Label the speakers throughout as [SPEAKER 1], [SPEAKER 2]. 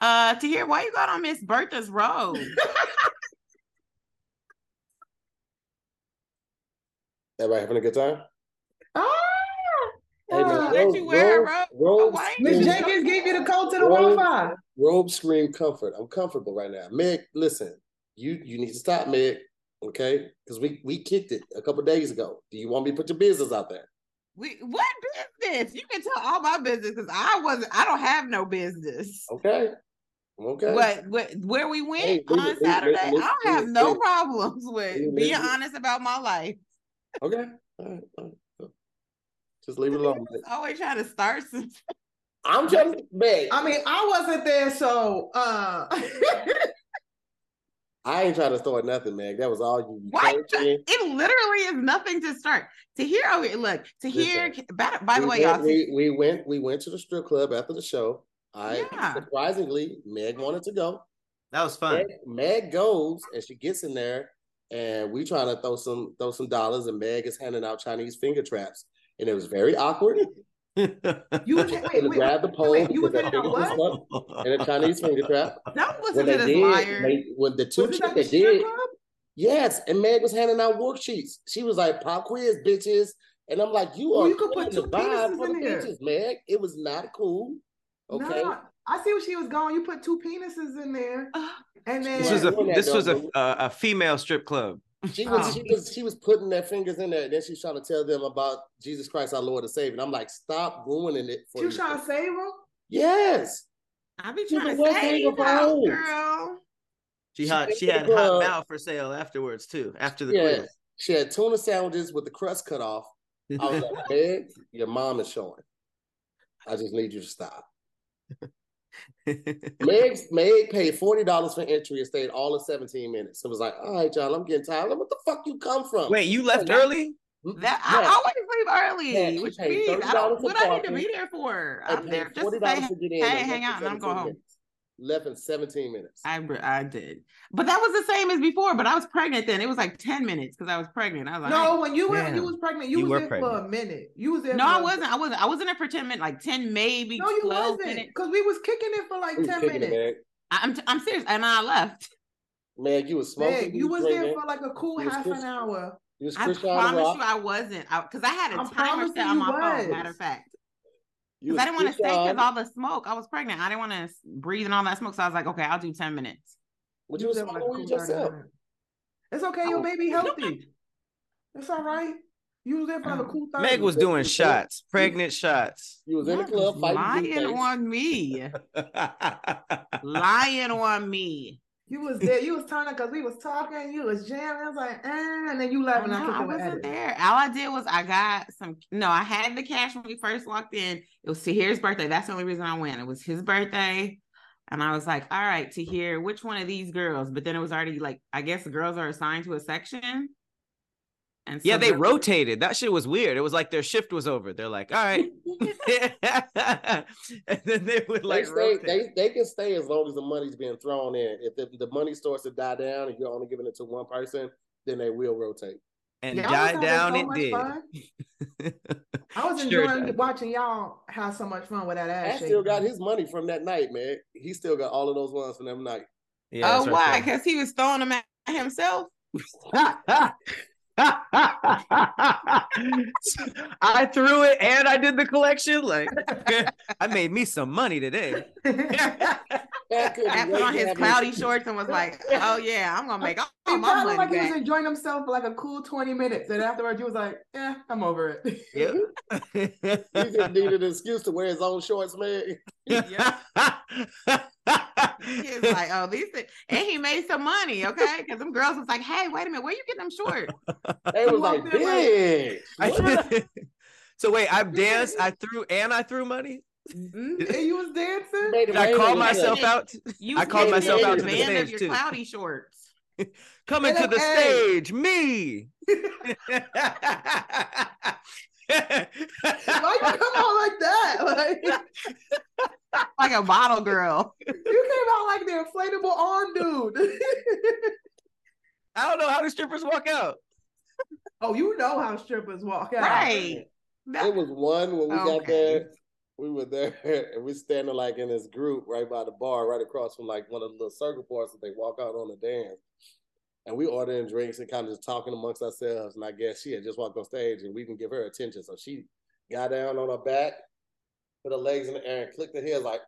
[SPEAKER 1] Uh, to hear why you got on Miss Bertha's road.
[SPEAKER 2] Everybody having a good time?
[SPEAKER 3] Oh,
[SPEAKER 2] Hey, man,
[SPEAKER 3] Uh,
[SPEAKER 1] Let Ah! you wear a robe.
[SPEAKER 2] robe,
[SPEAKER 1] Why you-
[SPEAKER 3] Miss
[SPEAKER 1] Miss-
[SPEAKER 3] Jenkins gave you the code to the
[SPEAKER 2] Roll.
[SPEAKER 3] Wi-Fi.
[SPEAKER 2] robe scream comfort. I'm comfortable right now. Meg, listen, you you need to stop, Meg. Okay, because we we kicked it a couple days ago. Do you want me to put your business out there?
[SPEAKER 1] We, what business? You can tell all my business because I wasn't. I don't have no business.
[SPEAKER 2] Okay, I'm okay.
[SPEAKER 1] What, what? Where we went
[SPEAKER 2] Hey,
[SPEAKER 1] on
[SPEAKER 2] leave it- leave it-
[SPEAKER 1] Saturday?
[SPEAKER 2] leave it-
[SPEAKER 1] I don't
[SPEAKER 2] leave
[SPEAKER 1] have
[SPEAKER 2] it-
[SPEAKER 1] no
[SPEAKER 2] leave it.
[SPEAKER 1] problems with
[SPEAKER 2] Leave it-
[SPEAKER 1] being
[SPEAKER 2] leave it.
[SPEAKER 1] honest about my life.
[SPEAKER 2] Okay, all right, all right. Just leave it alone. Meg.
[SPEAKER 1] Always trying to start some.
[SPEAKER 2] I'm trying to Meg.
[SPEAKER 1] Uh,
[SPEAKER 3] I mean, I wasn't there, so uh
[SPEAKER 2] I ain't trying to start nothing, Meg. That was all you. you
[SPEAKER 1] Why?
[SPEAKER 2] came in.
[SPEAKER 1] It literally is nothing to start. To hear, oh, look, to hear. By, by the
[SPEAKER 2] We
[SPEAKER 1] way,
[SPEAKER 2] went-
[SPEAKER 1] y'all, to
[SPEAKER 2] we, we went we went to the strip club after the show. I
[SPEAKER 1] Yeah.
[SPEAKER 2] surprisingly, Meg wanted to go.
[SPEAKER 4] That was fun.
[SPEAKER 2] Meg, Meg goes and she gets in there, and we trying to throw some throw some dollars, and Meg is handing out Chinese finger traps, and it was very awkward.
[SPEAKER 3] you was wait,
[SPEAKER 2] Gonna
[SPEAKER 3] wait,
[SPEAKER 2] grab the pole,
[SPEAKER 3] wait, you was
[SPEAKER 2] because I
[SPEAKER 3] handing out
[SPEAKER 2] picked this
[SPEAKER 3] what?
[SPEAKER 2] up, and a Chinese finger trap.
[SPEAKER 1] don't listen
[SPEAKER 2] When
[SPEAKER 1] to
[SPEAKER 2] they
[SPEAKER 1] this
[SPEAKER 2] did,
[SPEAKER 1] liar.
[SPEAKER 2] they- when the two
[SPEAKER 3] Was it
[SPEAKER 2] chicks
[SPEAKER 3] at the
[SPEAKER 2] that
[SPEAKER 3] strip
[SPEAKER 2] did,
[SPEAKER 3] club?
[SPEAKER 2] yes, and Meg was handing out worksheets. She was like pop quiz bitches, and I'm like, you
[SPEAKER 3] Well,
[SPEAKER 2] are
[SPEAKER 3] you could put
[SPEAKER 2] killing
[SPEAKER 3] two
[SPEAKER 2] the vibe
[SPEAKER 3] penises
[SPEAKER 2] for the
[SPEAKER 3] in there.
[SPEAKER 2] bitches, Meg. It was not cool. Okay,
[SPEAKER 3] No, I see where she was going. You put two penises in there, and then
[SPEAKER 4] this was a
[SPEAKER 2] Doing that
[SPEAKER 4] this was a
[SPEAKER 2] though,
[SPEAKER 4] a, a female strip club.
[SPEAKER 2] She was
[SPEAKER 3] Oh.
[SPEAKER 2] she was she was putting their fingers in there, and then she was trying to tell them about Jesus Christ, our Lord and Savior. And I'm like, stop ruining it for
[SPEAKER 3] you
[SPEAKER 2] me.
[SPEAKER 3] trying to save her.
[SPEAKER 2] Yes,
[SPEAKER 1] I be
[SPEAKER 2] You
[SPEAKER 1] trying
[SPEAKER 2] the
[SPEAKER 1] to
[SPEAKER 2] worst
[SPEAKER 1] say,
[SPEAKER 2] thing of
[SPEAKER 1] though,
[SPEAKER 2] all.
[SPEAKER 1] girl.
[SPEAKER 4] She
[SPEAKER 2] She
[SPEAKER 4] had
[SPEAKER 2] went
[SPEAKER 4] she
[SPEAKER 2] to the
[SPEAKER 4] had hot
[SPEAKER 2] club.
[SPEAKER 4] mouth for sale afterwards too. After the
[SPEAKER 2] Yeah.
[SPEAKER 4] quiz.
[SPEAKER 2] she had tuna sandwiches with the crust cut off. I was like, Meg, your mom is showing. I just need you to stop. Meg Meg paid forty dollars for entry and stayed all of seventeen minutes. It was like, all right, y'all, I'm getting tired. Like, what the fuck you come from?
[SPEAKER 4] Wait, you left
[SPEAKER 2] Yeah.
[SPEAKER 4] early?
[SPEAKER 1] That
[SPEAKER 2] Yeah.
[SPEAKER 1] I always leave early.
[SPEAKER 2] Yeah, she
[SPEAKER 1] which
[SPEAKER 2] paid
[SPEAKER 1] means I don't,
[SPEAKER 2] $30
[SPEAKER 1] what
[SPEAKER 2] for
[SPEAKER 1] I need to be
[SPEAKER 2] parking.
[SPEAKER 1] there for.
[SPEAKER 2] I
[SPEAKER 1] I'm
[SPEAKER 2] paid
[SPEAKER 1] there just to
[SPEAKER 2] $40
[SPEAKER 1] say,
[SPEAKER 2] to get in.
[SPEAKER 1] hey,
[SPEAKER 2] I left
[SPEAKER 1] hang
[SPEAKER 2] in
[SPEAKER 1] out and I'm
[SPEAKER 2] 17
[SPEAKER 1] going home.
[SPEAKER 2] minutes. Left in seventeen minutes.
[SPEAKER 1] I re- I did, but that was the same as before. But I was pregnant then. It was like ten minutes because I was pregnant. I was like,
[SPEAKER 3] No, when you were when you
[SPEAKER 4] Damn.
[SPEAKER 3] was pregnant, you,
[SPEAKER 4] You
[SPEAKER 3] was
[SPEAKER 4] were
[SPEAKER 3] there for a
[SPEAKER 4] pregnant.
[SPEAKER 3] minute. You was there.
[SPEAKER 1] no,
[SPEAKER 3] for
[SPEAKER 1] I
[SPEAKER 3] a-
[SPEAKER 1] wasn't. I wasn't. I wasn't in for ten minutes. Like ten, maybe
[SPEAKER 3] No, you
[SPEAKER 1] twelve
[SPEAKER 3] wasn't,
[SPEAKER 1] minutes.
[SPEAKER 3] because we was kicking it for like
[SPEAKER 2] We was
[SPEAKER 3] ten
[SPEAKER 2] kicking it,
[SPEAKER 3] minutes.
[SPEAKER 1] I- I'm t- I'm serious, and I left.
[SPEAKER 2] Meg. Meg, you was smoking.
[SPEAKER 3] Meg, you was
[SPEAKER 2] drinking.
[SPEAKER 3] there for like a cool
[SPEAKER 2] You was
[SPEAKER 3] half an
[SPEAKER 2] Christian.
[SPEAKER 3] hour.
[SPEAKER 2] You was
[SPEAKER 1] I
[SPEAKER 2] Chris
[SPEAKER 1] promise
[SPEAKER 2] Rock.
[SPEAKER 1] you, I wasn't because I, had a
[SPEAKER 3] I
[SPEAKER 1] timer
[SPEAKER 3] promise
[SPEAKER 1] set
[SPEAKER 3] you
[SPEAKER 1] on
[SPEAKER 3] you
[SPEAKER 1] my phone.
[SPEAKER 3] was.
[SPEAKER 1] Matter of fact,
[SPEAKER 2] You
[SPEAKER 1] because
[SPEAKER 2] was
[SPEAKER 1] I didn't want to
[SPEAKER 2] Chris
[SPEAKER 1] stay because
[SPEAKER 2] Rock.
[SPEAKER 1] all the smoke. I was pregnant. I didn't want to breathe in all that smoke. So I was like, okay, I'll do ten minutes.
[SPEAKER 2] But you was
[SPEAKER 3] there for, like,
[SPEAKER 2] smoking
[SPEAKER 3] a
[SPEAKER 2] weed
[SPEAKER 3] cool 30
[SPEAKER 2] yourself.
[SPEAKER 3] minutes. It's okay,
[SPEAKER 1] Oh.
[SPEAKER 3] your baby healthy. It's all right. You was there for like a cool thirty.
[SPEAKER 4] Meg was
[SPEAKER 2] That's
[SPEAKER 4] doing
[SPEAKER 2] what-
[SPEAKER 4] shots, pregnant shots.
[SPEAKER 2] You was in the
[SPEAKER 1] Y'all
[SPEAKER 2] club
[SPEAKER 1] just
[SPEAKER 2] fighting.
[SPEAKER 1] lying
[SPEAKER 2] dudes.
[SPEAKER 1] on me, lying on me.
[SPEAKER 3] You was there. You was turning because we was talking. You was jamming. I was like, eh, and then you
[SPEAKER 1] I,
[SPEAKER 3] laughing.
[SPEAKER 1] know, Oh, I
[SPEAKER 3] I, was
[SPEAKER 1] wasn't there. All I did was I got some. No, I had the cash when we first walked in. It was Tahir's birthday. That's the only reason I went. It was his birthday, and I was like, "All right, Tahir, which one of these girls?" But then it was already like I guess the girls are assigned to a section, and
[SPEAKER 4] yeah,
[SPEAKER 1] so
[SPEAKER 4] they
[SPEAKER 1] the-
[SPEAKER 4] rotated. That shit was weird. It was like their shift was over. They're like, all right. and then they would
[SPEAKER 2] They,
[SPEAKER 4] like
[SPEAKER 2] stay,
[SPEAKER 4] rotate.
[SPEAKER 2] they, they can stay as long as the money's being thrown in. If the, the money starts to die down and you're only giving it to one person, then they will rotate.
[SPEAKER 4] and
[SPEAKER 3] Y'all was
[SPEAKER 4] die
[SPEAKER 3] having
[SPEAKER 4] down
[SPEAKER 3] so
[SPEAKER 4] it
[SPEAKER 3] much
[SPEAKER 4] did.
[SPEAKER 3] fun. I was
[SPEAKER 4] Sure
[SPEAKER 3] enjoying
[SPEAKER 4] did.
[SPEAKER 3] watching y'all have so much fun with that ass.
[SPEAKER 2] I still got
[SPEAKER 3] shaking.
[SPEAKER 2] his money from that night, man. He still got all of those ones from that night.
[SPEAKER 4] Yeah,
[SPEAKER 1] Oh,
[SPEAKER 4] that's
[SPEAKER 1] why?
[SPEAKER 4] right there.
[SPEAKER 1] Because he was throwing them at himself.
[SPEAKER 4] I threw it and I did the collection. Like I made me some money today.
[SPEAKER 2] I couldn't
[SPEAKER 1] I put
[SPEAKER 2] wait
[SPEAKER 1] on
[SPEAKER 2] to
[SPEAKER 1] his
[SPEAKER 2] have
[SPEAKER 1] cloudy shorts and was like, "Oh yeah, I'm gonna make all
[SPEAKER 3] He
[SPEAKER 1] Oh, my
[SPEAKER 3] probably
[SPEAKER 1] money
[SPEAKER 3] like he
[SPEAKER 1] back."
[SPEAKER 3] was enjoying himself for like a cool 20 minutes. And afterwards, you was like, eh, I'm over it.
[SPEAKER 4] Yep.
[SPEAKER 2] He just needed an excuse to wear his own shorts, man.
[SPEAKER 1] He was like, oh, these thi- and he made some money, okay? Because them girls was like, hey, wait a minute, where you getting them shorts?
[SPEAKER 2] They was like,
[SPEAKER 3] walked in like-
[SPEAKER 2] bitch.
[SPEAKER 4] I- so wait, I've danced, I threw and I threw money.
[SPEAKER 3] Mhm. and you was dancing.
[SPEAKER 2] Made
[SPEAKER 4] Did
[SPEAKER 2] him
[SPEAKER 4] I
[SPEAKER 2] angry.
[SPEAKER 4] call
[SPEAKER 2] He was
[SPEAKER 4] myself
[SPEAKER 2] like,
[SPEAKER 4] out?
[SPEAKER 1] Mm-hmm. You
[SPEAKER 4] I
[SPEAKER 1] was
[SPEAKER 2] called
[SPEAKER 1] getting
[SPEAKER 2] myself
[SPEAKER 1] in
[SPEAKER 2] out to the
[SPEAKER 1] band of
[SPEAKER 4] stage,
[SPEAKER 1] your
[SPEAKER 4] too.
[SPEAKER 1] cloudy shorts.
[SPEAKER 4] Coming
[SPEAKER 3] Hey,
[SPEAKER 4] to the
[SPEAKER 3] hey.
[SPEAKER 4] stage, me.
[SPEAKER 3] Why you come out like that? Like
[SPEAKER 1] Like a bottle girl.
[SPEAKER 3] you came out like the inflatable arm dude.
[SPEAKER 4] I don't know how the strippers walk out.
[SPEAKER 3] oh, you know how strippers walk out.
[SPEAKER 1] Right. That-
[SPEAKER 2] It was one when we got
[SPEAKER 1] Okay.
[SPEAKER 2] there. we were there and we standing like in this group right by the bar, right across from like one of the little circle bars that they walk out on the dance. And we ordering drinks and kind of just talking amongst ourselves. And I guess she had just walked on stage and we didn't give her attention. So she got down on her back, put her legs in the air and clicked her heels like,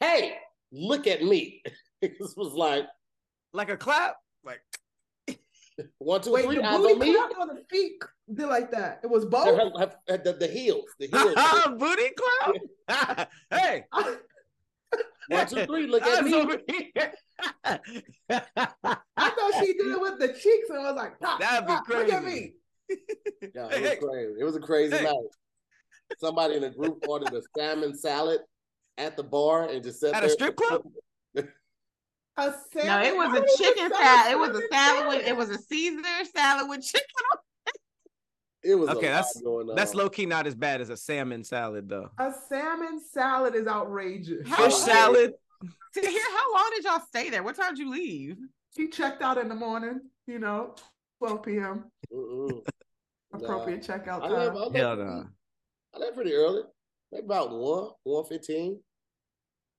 [SPEAKER 2] hey, look at me. this was like
[SPEAKER 4] Like a clap.
[SPEAKER 2] one, two,
[SPEAKER 3] Wait,
[SPEAKER 2] three,
[SPEAKER 3] the
[SPEAKER 2] eyes on
[SPEAKER 3] booty
[SPEAKER 2] me.
[SPEAKER 3] clap or the feet did like that? It was
[SPEAKER 2] And
[SPEAKER 3] both.
[SPEAKER 2] her- her- her- the, the heels, the heels.
[SPEAKER 4] Booty clap. hey.
[SPEAKER 2] one, two, three, look at
[SPEAKER 4] Eyes
[SPEAKER 2] me.
[SPEAKER 4] over here.
[SPEAKER 3] I thought she did it with the cheeks and was like, pop,
[SPEAKER 4] That'd be
[SPEAKER 3] pop, Look at
[SPEAKER 4] crazy.
[SPEAKER 3] me.
[SPEAKER 2] Yeah,
[SPEAKER 4] Hey, hey.
[SPEAKER 2] it was crazy. It was a crazy
[SPEAKER 4] Hey.
[SPEAKER 2] night. Somebody in the group ordered a salmon salad at the bar and just sat
[SPEAKER 4] At
[SPEAKER 2] there.
[SPEAKER 4] a strip club?
[SPEAKER 3] A
[SPEAKER 1] No,
[SPEAKER 3] salmon.
[SPEAKER 1] it was
[SPEAKER 3] Why
[SPEAKER 1] a
[SPEAKER 3] would you
[SPEAKER 1] chicken
[SPEAKER 3] sell
[SPEAKER 1] salad. It was a
[SPEAKER 3] fucking
[SPEAKER 1] salad with it was a Caesar salad with chicken.
[SPEAKER 2] It was
[SPEAKER 4] Okay,
[SPEAKER 2] a
[SPEAKER 4] that's-
[SPEAKER 2] lot going on.
[SPEAKER 4] That's low key not as bad as a salmon salad though.
[SPEAKER 3] A salmon salad is outrageous.
[SPEAKER 1] How-
[SPEAKER 4] Fish salad.
[SPEAKER 1] To hear how long did y'all stay there? What time did you leave?
[SPEAKER 3] She checked out in the morning, you know, 12 p.m.
[SPEAKER 2] Mm-mm. Nah.
[SPEAKER 3] appropriate checkout
[SPEAKER 2] I left.
[SPEAKER 3] time.
[SPEAKER 2] I left,
[SPEAKER 4] Hell
[SPEAKER 2] pretty-
[SPEAKER 4] no.
[SPEAKER 2] I left pretty early. Maybe about one, one fifteen.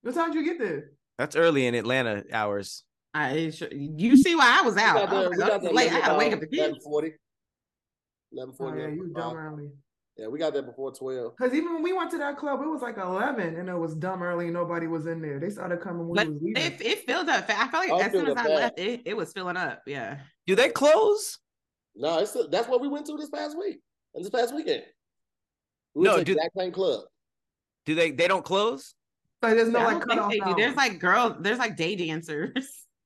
[SPEAKER 3] What time did you get there?
[SPEAKER 4] That's early in Atlanta hours.
[SPEAKER 1] I it sure- you see why I was out. I was like, "Oh, late. I gotta wake up the
[SPEAKER 2] Eleven
[SPEAKER 1] kids.
[SPEAKER 2] forty. Eleven
[SPEAKER 3] Oh,
[SPEAKER 2] forty.
[SPEAKER 3] yeah, you dumb early.
[SPEAKER 2] Yeah, we got there before twelve.
[SPEAKER 3] Because even when we went to that club, it was like 11 and it was dumb early and nobody was in there. They started coming when
[SPEAKER 1] But
[SPEAKER 3] we was leaving.
[SPEAKER 1] it, it filled up. fa- I felt
[SPEAKER 2] I'll
[SPEAKER 1] like as
[SPEAKER 2] fill
[SPEAKER 1] soon as
[SPEAKER 2] it
[SPEAKER 1] I
[SPEAKER 2] back.
[SPEAKER 1] left, it, it was filling up. Yeah.
[SPEAKER 4] Do they close?
[SPEAKER 2] No, it's that's what we went to this past week and this past weekend. We
[SPEAKER 4] No,
[SPEAKER 2] went to
[SPEAKER 4] do-
[SPEAKER 2] exact same club.
[SPEAKER 4] Do they they don't close?
[SPEAKER 3] Like there's no
[SPEAKER 1] Yeah, I don't
[SPEAKER 3] like
[SPEAKER 1] think
[SPEAKER 3] cutoff
[SPEAKER 1] they do.
[SPEAKER 3] hour.
[SPEAKER 1] There's like girls, there's like day dancers.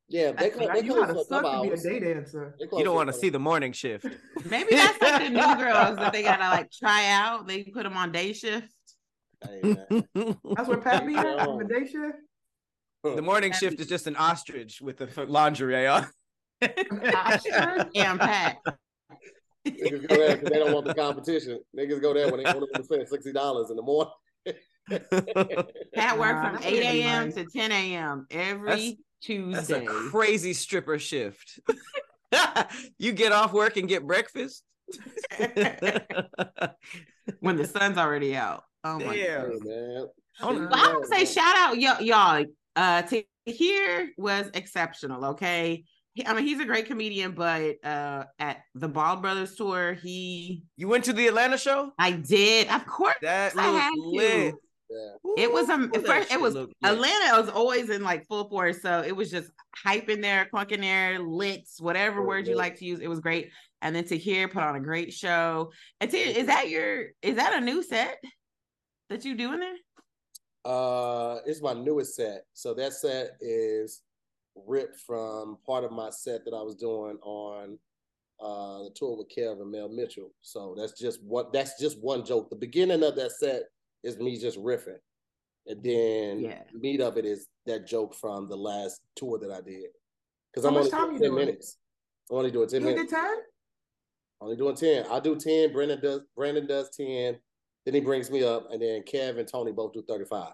[SPEAKER 2] Yeah, they
[SPEAKER 1] That's
[SPEAKER 2] closed.
[SPEAKER 3] Like,
[SPEAKER 2] They
[SPEAKER 3] you
[SPEAKER 2] closed for
[SPEAKER 3] gotta
[SPEAKER 2] a
[SPEAKER 3] suck
[SPEAKER 2] couple
[SPEAKER 3] to be a
[SPEAKER 2] hours.
[SPEAKER 3] day dancer.
[SPEAKER 2] They closed
[SPEAKER 4] You don't
[SPEAKER 2] for a
[SPEAKER 4] want to
[SPEAKER 2] couple
[SPEAKER 4] see the morning shift.
[SPEAKER 1] Maybe that's like the new girls that they gotta like try out. They put them on day shift.
[SPEAKER 2] Hey, man.
[SPEAKER 4] the
[SPEAKER 3] That's where Pat be at.
[SPEAKER 2] No.
[SPEAKER 3] The day shift.
[SPEAKER 4] morning shift is just an ostrich with the f- lingerie on.
[SPEAKER 3] Ostrich?
[SPEAKER 1] Damn, Pat.
[SPEAKER 2] Niggas go there because they don't want the competition. Niggas go there when they only want to spend sixty dollars in the morning.
[SPEAKER 1] Pat worked
[SPEAKER 3] Nah,
[SPEAKER 1] from
[SPEAKER 3] that
[SPEAKER 1] eight
[SPEAKER 3] wouldn't be
[SPEAKER 1] a.m.
[SPEAKER 3] nice.
[SPEAKER 1] to ten a.m. every
[SPEAKER 4] That's- That's a
[SPEAKER 1] Tuesday.
[SPEAKER 4] crazy stripper shift. you get off work and get breakfast.
[SPEAKER 2] Oh
[SPEAKER 1] when the sun's already out. Oh my
[SPEAKER 4] Damn.
[SPEAKER 2] Hey, man.
[SPEAKER 4] On-
[SPEAKER 1] Well, I would say shout out y- y'all. Uh, to here was exceptional. Okay, He- I mean he's a great comedian, but uh, at the Bald Brothers tour, he
[SPEAKER 4] you went to the Atlanta show?
[SPEAKER 1] I did of course
[SPEAKER 4] That
[SPEAKER 1] I had
[SPEAKER 4] looked lit.
[SPEAKER 1] to. It was um,
[SPEAKER 4] Ooh, that
[SPEAKER 1] first,
[SPEAKER 4] shit
[SPEAKER 1] it was
[SPEAKER 4] looked lit.
[SPEAKER 1] Atlanta was always in like full force, so it was just hype in there, clunk in there, lits, whatever
[SPEAKER 2] Sure,
[SPEAKER 1] word you
[SPEAKER 2] yeah.
[SPEAKER 1] like to use. It was great, and then to hear put on a great show. And Tahir, is that your is that a new set that you doing there?
[SPEAKER 2] Uh, it's my newest set. So that set is ripped from part of my set that I was doing on uh the tour with Kev and Mel Mitchell. So that's just what that's just one joke. The beginning of that set is me just riffing. And then
[SPEAKER 1] Yeah.
[SPEAKER 2] the meat of it is that joke from the last tour that I did. Because
[SPEAKER 3] How
[SPEAKER 2] I'm only
[SPEAKER 3] much time
[SPEAKER 2] doing
[SPEAKER 3] you
[SPEAKER 2] 10
[SPEAKER 3] doing?
[SPEAKER 2] minutes. I'm only doing 10
[SPEAKER 3] You
[SPEAKER 2] minutes.
[SPEAKER 3] did ten?
[SPEAKER 2] Only doing 10. I do 10. Brandon does Brandon does 10. Then he brings me up. And then Kev and Tony both do 35.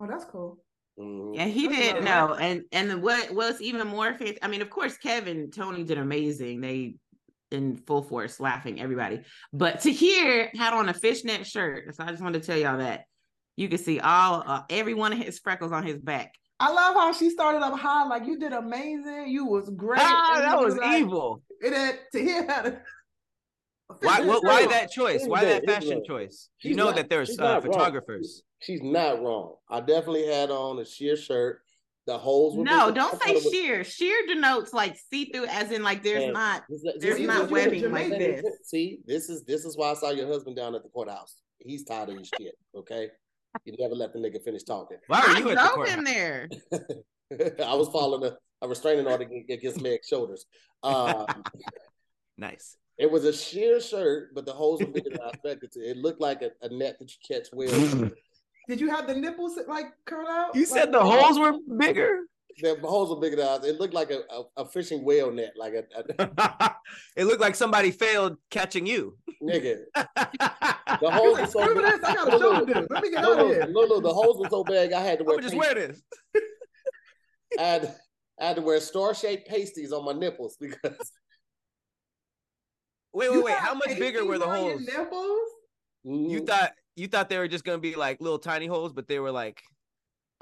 [SPEAKER 3] Oh, that's cool.
[SPEAKER 2] Mhm.
[SPEAKER 1] Yeah, he
[SPEAKER 3] That's
[SPEAKER 1] did
[SPEAKER 3] about
[SPEAKER 1] no, and and then what was even more fancy? I mean, of course, Kevin Tony did amazing. They in full force laughing everybody, but to hear had on a fishnet shirt. So I just wanted to tell y'all that you could see all uh, every one of his freckles on his back.
[SPEAKER 3] I love how she started up high, like you did amazing, you was great.
[SPEAKER 4] Ah,
[SPEAKER 3] and
[SPEAKER 4] that
[SPEAKER 3] you
[SPEAKER 4] was
[SPEAKER 3] like-
[SPEAKER 4] evil.
[SPEAKER 3] It had to hear that.
[SPEAKER 4] Why, why, why that choice?
[SPEAKER 2] Here's
[SPEAKER 4] Why
[SPEAKER 2] the
[SPEAKER 4] that
[SPEAKER 2] thing, here's
[SPEAKER 4] fashion
[SPEAKER 2] the-
[SPEAKER 4] choice?
[SPEAKER 2] She's
[SPEAKER 4] You know
[SPEAKER 2] not-
[SPEAKER 4] that there's
[SPEAKER 2] she's
[SPEAKER 4] uh,
[SPEAKER 2] not wrong.
[SPEAKER 4] photographers.
[SPEAKER 2] She's not wrong. I definitely had on a sheer shirt. The holes were
[SPEAKER 1] No, don't say sheer. Sheer denotes like see through, as in like there's
[SPEAKER 2] Yeah.
[SPEAKER 1] not.
[SPEAKER 3] There's
[SPEAKER 1] There's not
[SPEAKER 3] you were
[SPEAKER 1] webbing like
[SPEAKER 3] Jamaican.
[SPEAKER 1] this.
[SPEAKER 2] See, this is this is why I saw your husband down at the courthouse. He's tired of your shit. Okay, you never let the nigga finish talking.
[SPEAKER 4] Why were
[SPEAKER 1] I
[SPEAKER 4] you at the
[SPEAKER 1] drove
[SPEAKER 4] court?
[SPEAKER 1] him there.
[SPEAKER 2] I was following a, a restraining order against Meg's shoulders. Um,
[SPEAKER 4] Nice.
[SPEAKER 2] It was a sheer shirt, but the holes were bigger than I expected to. It looked like a, a net that you catch well.
[SPEAKER 4] Mm-hmm.
[SPEAKER 3] Did you have the nipples like curl out?
[SPEAKER 4] You
[SPEAKER 3] Like-
[SPEAKER 4] said the holes were bigger.
[SPEAKER 2] the holes were bigger than I It looked like a, a, a fishing whale net, like a, a
[SPEAKER 4] it looked like somebody failed catching you.
[SPEAKER 2] nigga. The holes were so
[SPEAKER 3] Remember
[SPEAKER 2] big.
[SPEAKER 3] this? I got a show to do. Let me get out of
[SPEAKER 2] Lulu,
[SPEAKER 3] here.
[SPEAKER 2] Lulu, the holes were so big, I had to
[SPEAKER 4] I'm
[SPEAKER 2] wear,
[SPEAKER 4] gonna just
[SPEAKER 2] pasties.
[SPEAKER 4] wear this.
[SPEAKER 2] I, had, I had to wear star shaped pasties on my nipples because
[SPEAKER 4] Wait,
[SPEAKER 3] You
[SPEAKER 4] wait, wait.
[SPEAKER 3] got
[SPEAKER 4] How much bigger were the
[SPEAKER 3] 18
[SPEAKER 4] holes?
[SPEAKER 3] million Nipples?
[SPEAKER 2] mm,
[SPEAKER 4] You thought you thought they were just gonna be like little tiny holes, but they were like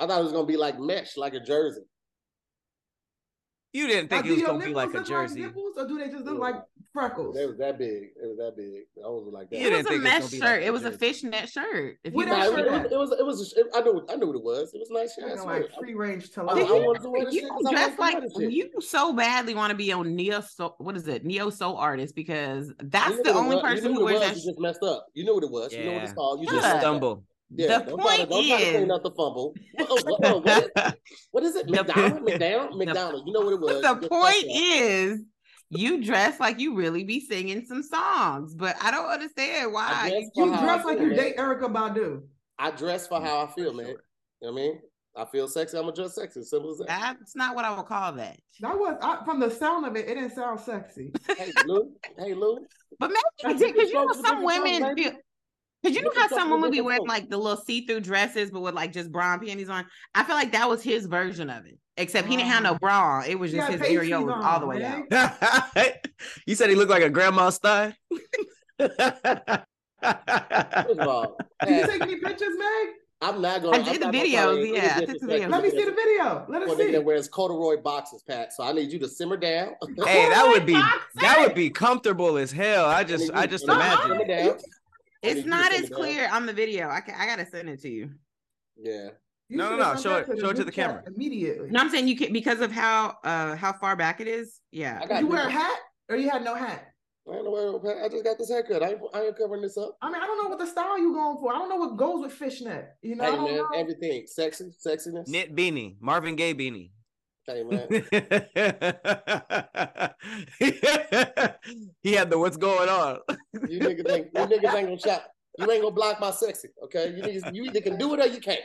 [SPEAKER 2] I thought it was gonna be like mesh, like a jersey.
[SPEAKER 4] you didn't
[SPEAKER 3] Now,
[SPEAKER 4] think
[SPEAKER 3] do
[SPEAKER 4] it was
[SPEAKER 3] your
[SPEAKER 4] gonna be
[SPEAKER 3] nipples
[SPEAKER 4] like a
[SPEAKER 3] look
[SPEAKER 4] jersey.
[SPEAKER 3] nipples, or do they just look
[SPEAKER 2] Yeah.
[SPEAKER 3] like
[SPEAKER 2] It
[SPEAKER 3] freckles?
[SPEAKER 2] was that big. It was that big. I was like that.
[SPEAKER 4] You
[SPEAKER 1] It
[SPEAKER 4] didn't
[SPEAKER 1] was a
[SPEAKER 4] think it was gonna
[SPEAKER 1] mesh
[SPEAKER 4] be
[SPEAKER 1] shirt.
[SPEAKER 4] like that,
[SPEAKER 1] it was a
[SPEAKER 4] did
[SPEAKER 1] fishnet shirt. If you
[SPEAKER 3] With
[SPEAKER 2] Nah,
[SPEAKER 1] guys
[SPEAKER 2] it, was,
[SPEAKER 3] shirt
[SPEAKER 2] it,
[SPEAKER 1] remember-
[SPEAKER 2] was, it was. It was. a sh- I knew. I knew what it was. It was a nice shirt.
[SPEAKER 3] Looking
[SPEAKER 2] I swear.
[SPEAKER 3] like free range to
[SPEAKER 2] I, I,
[SPEAKER 1] Did you-
[SPEAKER 2] wanted to wear this
[SPEAKER 1] you
[SPEAKER 2] shit 'cause I
[SPEAKER 1] dress like
[SPEAKER 2] wanted to wear this shit.
[SPEAKER 1] you so badly want to be on neo soul. What is it? Neo soul artist because that's
[SPEAKER 2] You
[SPEAKER 1] the
[SPEAKER 2] knew what it
[SPEAKER 1] only
[SPEAKER 2] was. You
[SPEAKER 1] person
[SPEAKER 2] knew
[SPEAKER 1] who
[SPEAKER 2] what it
[SPEAKER 1] wears that.
[SPEAKER 2] was. You just messed up. You knew what it was. You know what it's
[SPEAKER 4] Yeah.
[SPEAKER 2] called. You
[SPEAKER 1] Shut
[SPEAKER 4] Just
[SPEAKER 2] just
[SPEAKER 1] up.
[SPEAKER 2] messed up.
[SPEAKER 4] stumble.
[SPEAKER 2] Yeah,
[SPEAKER 1] The
[SPEAKER 2] don't try to,
[SPEAKER 1] point
[SPEAKER 2] don't try to
[SPEAKER 1] is-
[SPEAKER 2] clean up the fumble. Oh, What, what, what, what, what is it?
[SPEAKER 4] The-
[SPEAKER 2] McDonald,
[SPEAKER 4] the-
[SPEAKER 2] McDonald, McDonald. You know what it was. You
[SPEAKER 1] the
[SPEAKER 2] just
[SPEAKER 1] point
[SPEAKER 2] messed up.
[SPEAKER 1] is, you dress like you really be singing some songs, but I don't understand
[SPEAKER 2] I
[SPEAKER 1] why.
[SPEAKER 2] dress for
[SPEAKER 3] You
[SPEAKER 2] how I
[SPEAKER 3] dress like
[SPEAKER 2] feel,
[SPEAKER 3] you
[SPEAKER 2] man.
[SPEAKER 3] date Erica Badu.
[SPEAKER 2] I dress for how I feel, man.
[SPEAKER 4] Sure.
[SPEAKER 2] You know what I mean? I feel sexy. I'm gonna dress sexy. Simple as that.
[SPEAKER 1] That's not what I would call that.
[SPEAKER 3] That was I, from the sound of it. It didn't sound sexy.
[SPEAKER 2] hey Lou. Hey Lou.
[SPEAKER 1] But maybe
[SPEAKER 2] That's
[SPEAKER 1] you did because you know
[SPEAKER 2] different strokes
[SPEAKER 1] some
[SPEAKER 2] for different
[SPEAKER 1] women
[SPEAKER 2] folks,
[SPEAKER 1] feel.
[SPEAKER 2] baby.
[SPEAKER 1] Cause you know how
[SPEAKER 2] Different strokes
[SPEAKER 1] some
[SPEAKER 2] for
[SPEAKER 1] women be
[SPEAKER 2] different
[SPEAKER 1] wearing
[SPEAKER 2] folks.
[SPEAKER 1] like the little see-through dresses, but with like just bra and panties on. I feel like that was his version of it, except he didn't have no
[SPEAKER 3] Ah.
[SPEAKER 1] bra. on. It was
[SPEAKER 3] He
[SPEAKER 1] just
[SPEAKER 3] had
[SPEAKER 1] his
[SPEAKER 3] pasties
[SPEAKER 1] areolas
[SPEAKER 3] on,
[SPEAKER 1] all the way
[SPEAKER 3] man.
[SPEAKER 1] out.
[SPEAKER 4] you said he looked like a grandma's thigh.
[SPEAKER 2] First of all,
[SPEAKER 3] Did you
[SPEAKER 2] hey,
[SPEAKER 3] take any pictures, Meg?
[SPEAKER 2] I'm not gonna.
[SPEAKER 1] I did
[SPEAKER 2] I'm
[SPEAKER 1] the
[SPEAKER 2] not gonna tell
[SPEAKER 1] videos,
[SPEAKER 2] you any
[SPEAKER 1] yeah, I took
[SPEAKER 2] different
[SPEAKER 1] the
[SPEAKER 2] sex
[SPEAKER 1] videos.
[SPEAKER 3] Let me see
[SPEAKER 2] because
[SPEAKER 3] the video. Let
[SPEAKER 2] for a
[SPEAKER 3] us
[SPEAKER 2] nigga
[SPEAKER 3] see.
[SPEAKER 2] that wears corduroy boxes, Pat. So I need you to simmer down.
[SPEAKER 4] hey, that would be
[SPEAKER 1] Boxers!
[SPEAKER 4] that would be comfortable as hell. I just I just imagine.
[SPEAKER 2] Simmer down. I need you
[SPEAKER 1] It's
[SPEAKER 2] to
[SPEAKER 1] not
[SPEAKER 2] simmer
[SPEAKER 1] as
[SPEAKER 2] down.
[SPEAKER 1] clear on the video. I, ca- I gotta send it to you.
[SPEAKER 2] Yeah.
[SPEAKER 3] You
[SPEAKER 4] No, no,
[SPEAKER 3] should've
[SPEAKER 4] no,
[SPEAKER 3] done
[SPEAKER 4] show
[SPEAKER 3] that
[SPEAKER 4] it- show it to
[SPEAKER 3] group
[SPEAKER 4] the
[SPEAKER 3] chat
[SPEAKER 4] camera.
[SPEAKER 3] immediately.
[SPEAKER 1] No, I'm saying you can because of how uh how far back it is. Yeah.
[SPEAKER 2] I
[SPEAKER 3] Did
[SPEAKER 2] got.
[SPEAKER 3] you wear a
[SPEAKER 2] people-
[SPEAKER 3] hat or you had no hat?
[SPEAKER 2] I ain't no way, Pat. I just got this haircut. I ain't, I ain't covering this up.
[SPEAKER 3] I mean, I don't know what the style you going for. I don't know what goes with fishnet. You know, I
[SPEAKER 2] Hey
[SPEAKER 3] don't
[SPEAKER 2] man,
[SPEAKER 3] know.
[SPEAKER 2] everything sexy, sexiness.
[SPEAKER 4] Knit beanie, Marvin Gaye beanie.
[SPEAKER 2] Hey man,
[SPEAKER 4] he had the what's going on.
[SPEAKER 2] you niggas ain't you niggas ain't gonna shop. You ain't gonna block my sexy, okay? You niggas, you either can do it or you can't.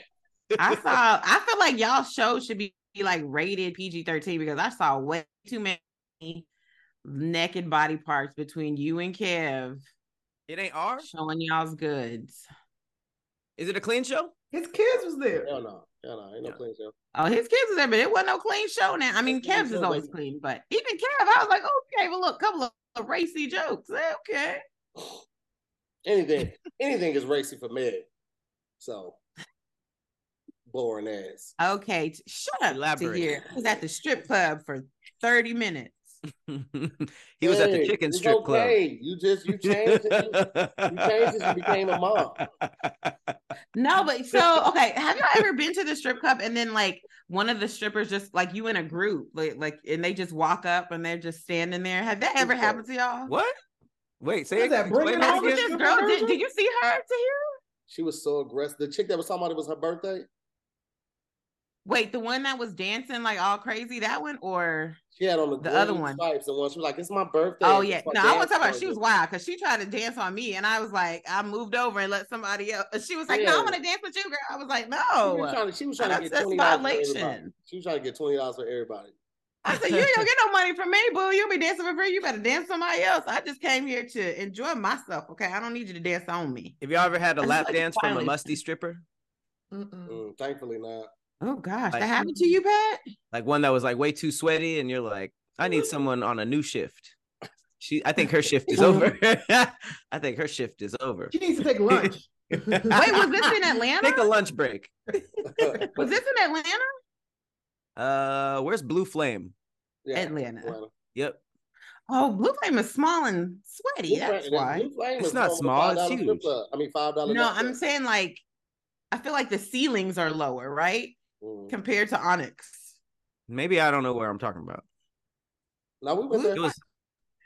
[SPEAKER 1] I saw I feel like y'all show should be, be, like rated PG thirteen because I saw way too many naked body parts between you and Kev
[SPEAKER 4] It ain't R.
[SPEAKER 1] showing y'all's goods.
[SPEAKER 4] Is it a clean show?
[SPEAKER 3] His kids was there.
[SPEAKER 2] Hell no, hell no, ain't no playing show.
[SPEAKER 1] Oh, his kids is there, but it wasn't no clean show now. I mean,
[SPEAKER 2] That's what
[SPEAKER 1] Kev's
[SPEAKER 2] I'm
[SPEAKER 1] is
[SPEAKER 2] saying,
[SPEAKER 1] always
[SPEAKER 2] baby.
[SPEAKER 1] clean, but even Kev, I was like, okay, well, look, couple of racy jokes. Eh, Okay.
[SPEAKER 2] Anything, anything is racy for Meg. So boring ass.
[SPEAKER 1] Okay. t- shut up to
[SPEAKER 4] Elaborate.
[SPEAKER 1] here. I was at the strip club for 30 minutes.
[SPEAKER 4] he was at the
[SPEAKER 2] Hey,
[SPEAKER 4] chicken
[SPEAKER 2] it's
[SPEAKER 4] strip
[SPEAKER 2] okay. You just you changed. it. You-
[SPEAKER 4] club.
[SPEAKER 2] changed it, you became a mom.
[SPEAKER 1] No, but so okay. Have y'all ever been to the strip club and then like one of the strippers just like you in a group, like like and they just walk up and they're just standing there? Have that ever happened to y'all?
[SPEAKER 4] What? Wait, say
[SPEAKER 3] What
[SPEAKER 4] it.
[SPEAKER 3] is that,
[SPEAKER 4] explain
[SPEAKER 3] bringing
[SPEAKER 4] that
[SPEAKER 1] What
[SPEAKER 3] home
[SPEAKER 1] was
[SPEAKER 4] again.
[SPEAKER 1] this
[SPEAKER 3] Stripper
[SPEAKER 1] girl? Did,
[SPEAKER 3] version?
[SPEAKER 1] did you see her to hear?
[SPEAKER 2] she was so aggressive. The chick that was talking about it was her birthday.
[SPEAKER 1] Wait, the one that was dancing like all crazy, that one or
[SPEAKER 2] She had on the,
[SPEAKER 1] The other
[SPEAKER 2] green
[SPEAKER 1] one.
[SPEAKER 2] stripes and one. She was like, "It's my birthday."
[SPEAKER 1] oh
[SPEAKER 2] It's
[SPEAKER 1] yeah.
[SPEAKER 2] my
[SPEAKER 1] No, I
[SPEAKER 2] dance
[SPEAKER 1] want to talk about
[SPEAKER 2] party.
[SPEAKER 1] she was wild because she tried to dance on me and I was like, I moved over and let somebody else. and She was like, No, I
[SPEAKER 2] Yeah.
[SPEAKER 1] want to dance with you, girl. I was like,
[SPEAKER 2] She was
[SPEAKER 1] No.
[SPEAKER 2] trying to, she was trying to
[SPEAKER 1] That's,
[SPEAKER 2] get
[SPEAKER 1] that's
[SPEAKER 2] twenty dollars for everybody.
[SPEAKER 1] violation.
[SPEAKER 2] She was trying to get twenty dollars for everybody.
[SPEAKER 1] I said, you ain't gonna get no money from me, boo. You'll be dancing for free. You better dance somebody else. I just came here to enjoy myself. Okay. I don't need you to dance on me.
[SPEAKER 4] Have y'all ever had a
[SPEAKER 1] I feel
[SPEAKER 4] lap
[SPEAKER 1] like
[SPEAKER 4] dance from a
[SPEAKER 1] violent.
[SPEAKER 4] musty stripper?
[SPEAKER 3] Mm-mm.
[SPEAKER 2] Mm, thankfully not.
[SPEAKER 1] Oh gosh,
[SPEAKER 4] Like-
[SPEAKER 1] that happened to you, Pat?
[SPEAKER 4] Like one that was like way too sweaty, and you're like, I need someone on a new shift. She, I think her shift is over. I think her shift is over.
[SPEAKER 3] She needs to take lunch.
[SPEAKER 1] Wait,
[SPEAKER 4] Wait,
[SPEAKER 1] was this in
[SPEAKER 4] Take
[SPEAKER 1] Atlanta?
[SPEAKER 4] a lunch break.
[SPEAKER 1] Was this in Atlanta?
[SPEAKER 4] Uh, where's Blue Flame?
[SPEAKER 2] Yeah,
[SPEAKER 1] Atlanta.
[SPEAKER 2] Atlanta.
[SPEAKER 4] Yep.
[SPEAKER 1] Oh, Blue Flame is small and sweaty.
[SPEAKER 2] Blue
[SPEAKER 1] That's
[SPEAKER 2] Flame-
[SPEAKER 1] why.
[SPEAKER 2] Blue Flame
[SPEAKER 4] It's
[SPEAKER 2] is
[SPEAKER 4] not
[SPEAKER 2] over
[SPEAKER 4] small, it's
[SPEAKER 2] $5 strip
[SPEAKER 4] huge.
[SPEAKER 2] club. I mean, five dollars.
[SPEAKER 1] No, I'm saying like I feel like the ceilings are lower, right?
[SPEAKER 2] Mm.
[SPEAKER 1] Compared to Onyx.
[SPEAKER 4] Maybe I don't know where I'm talking about.
[SPEAKER 2] Now we went
[SPEAKER 1] Blue
[SPEAKER 2] there.
[SPEAKER 4] It was,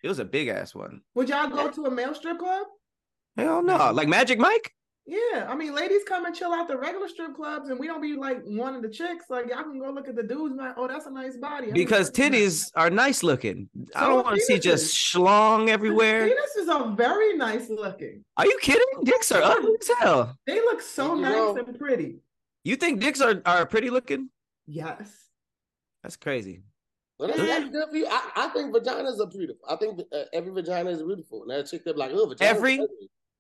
[SPEAKER 4] it was a big ass one.
[SPEAKER 3] Would y'all go to a male strip club?
[SPEAKER 4] Hell no, like Magic Mike.
[SPEAKER 3] Yeah, I mean, ladies come and chill out the regular strip clubs, and we don't be like one of the chicks. Like y'all can go look at the dudes, and be like, oh, that's a nice body. I mean,
[SPEAKER 4] because
[SPEAKER 3] that's nice.
[SPEAKER 4] titties are nice looking. I
[SPEAKER 3] So
[SPEAKER 4] don't
[SPEAKER 3] are
[SPEAKER 4] want to see
[SPEAKER 3] penises.
[SPEAKER 4] just schlong everywhere.
[SPEAKER 3] Penises are very nice looking.
[SPEAKER 4] Are you kidding? Dicks are ugly as hell.
[SPEAKER 3] They look so
[SPEAKER 2] Thank you,
[SPEAKER 3] nice
[SPEAKER 2] Rome.
[SPEAKER 3] and pretty.
[SPEAKER 4] You think dicks are, are pretty looking?
[SPEAKER 3] Yes.
[SPEAKER 4] That's crazy.
[SPEAKER 2] Well, that's, that's good for you. I, I think vaginas are beautiful. I think uh, every vagina is beautiful. And that chick that be like, oh, vagina.
[SPEAKER 4] Every-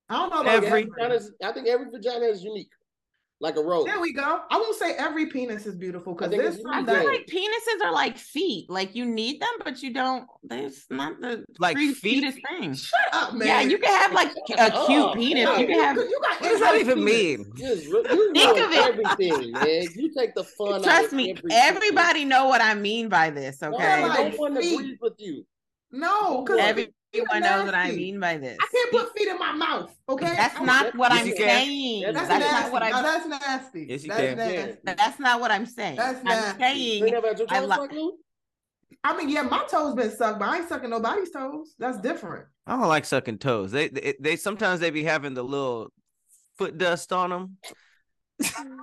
[SPEAKER 3] I don't know about
[SPEAKER 4] Every-
[SPEAKER 3] every.
[SPEAKER 2] I think every vagina is unique. like a rope.
[SPEAKER 3] There we go. I won't say every penis is beautiful
[SPEAKER 2] I
[SPEAKER 3] because
[SPEAKER 2] think
[SPEAKER 3] there's
[SPEAKER 2] it's
[SPEAKER 1] I
[SPEAKER 3] some
[SPEAKER 1] feel
[SPEAKER 2] Right.
[SPEAKER 3] that
[SPEAKER 1] like penises are like feet. Like you need them, but you don't. There's not the
[SPEAKER 4] Like
[SPEAKER 1] free
[SPEAKER 4] feet?
[SPEAKER 1] fetus thing.
[SPEAKER 3] shut up, man.
[SPEAKER 1] Yeah, you can have like a cute
[SPEAKER 2] Oh,
[SPEAKER 1] penis.
[SPEAKER 2] yeah.
[SPEAKER 1] You can have.
[SPEAKER 3] you got
[SPEAKER 4] What does that
[SPEAKER 3] inverse
[SPEAKER 4] even
[SPEAKER 3] penis.
[SPEAKER 4] mean?
[SPEAKER 2] Just, re- you
[SPEAKER 1] Think
[SPEAKER 2] know
[SPEAKER 1] of it.
[SPEAKER 2] everything, man. You take the fun. out
[SPEAKER 1] Trust
[SPEAKER 2] of
[SPEAKER 1] me,
[SPEAKER 2] everything.
[SPEAKER 1] everybody know what I mean by this.
[SPEAKER 4] Oh
[SPEAKER 2] No,
[SPEAKER 1] Okay,
[SPEAKER 3] like,
[SPEAKER 2] no one
[SPEAKER 3] feet.
[SPEAKER 2] agrees with you.
[SPEAKER 3] No, because
[SPEAKER 1] everyone
[SPEAKER 3] you're
[SPEAKER 1] knows what I
[SPEAKER 3] nasty.
[SPEAKER 1] mean by this.
[SPEAKER 3] I can't put feet in my mouth. Okay,
[SPEAKER 1] That's
[SPEAKER 3] I'm-
[SPEAKER 1] not what
[SPEAKER 4] Yes,
[SPEAKER 1] I'm
[SPEAKER 4] you can.
[SPEAKER 1] saying.
[SPEAKER 2] Yes,
[SPEAKER 1] That's
[SPEAKER 3] That's,
[SPEAKER 2] you
[SPEAKER 1] not
[SPEAKER 3] nasty.
[SPEAKER 1] what
[SPEAKER 3] No,
[SPEAKER 1] I.
[SPEAKER 3] that's nasty.
[SPEAKER 4] Yes, you
[SPEAKER 3] that's
[SPEAKER 4] can.
[SPEAKER 3] nasty.
[SPEAKER 1] That's not what I'm saying.
[SPEAKER 3] That's
[SPEAKER 1] I'm
[SPEAKER 3] nasty.
[SPEAKER 2] You ain't
[SPEAKER 1] saying.
[SPEAKER 2] never had your
[SPEAKER 1] I
[SPEAKER 2] toes
[SPEAKER 1] like-
[SPEAKER 2] sucked, Lou?
[SPEAKER 3] I mean, yeah, my toes been sucked, but I ain't sucking nobody's toes. That's different.
[SPEAKER 4] I don't like sucking toes. They they, they sometimes they be having the little foot dust on them.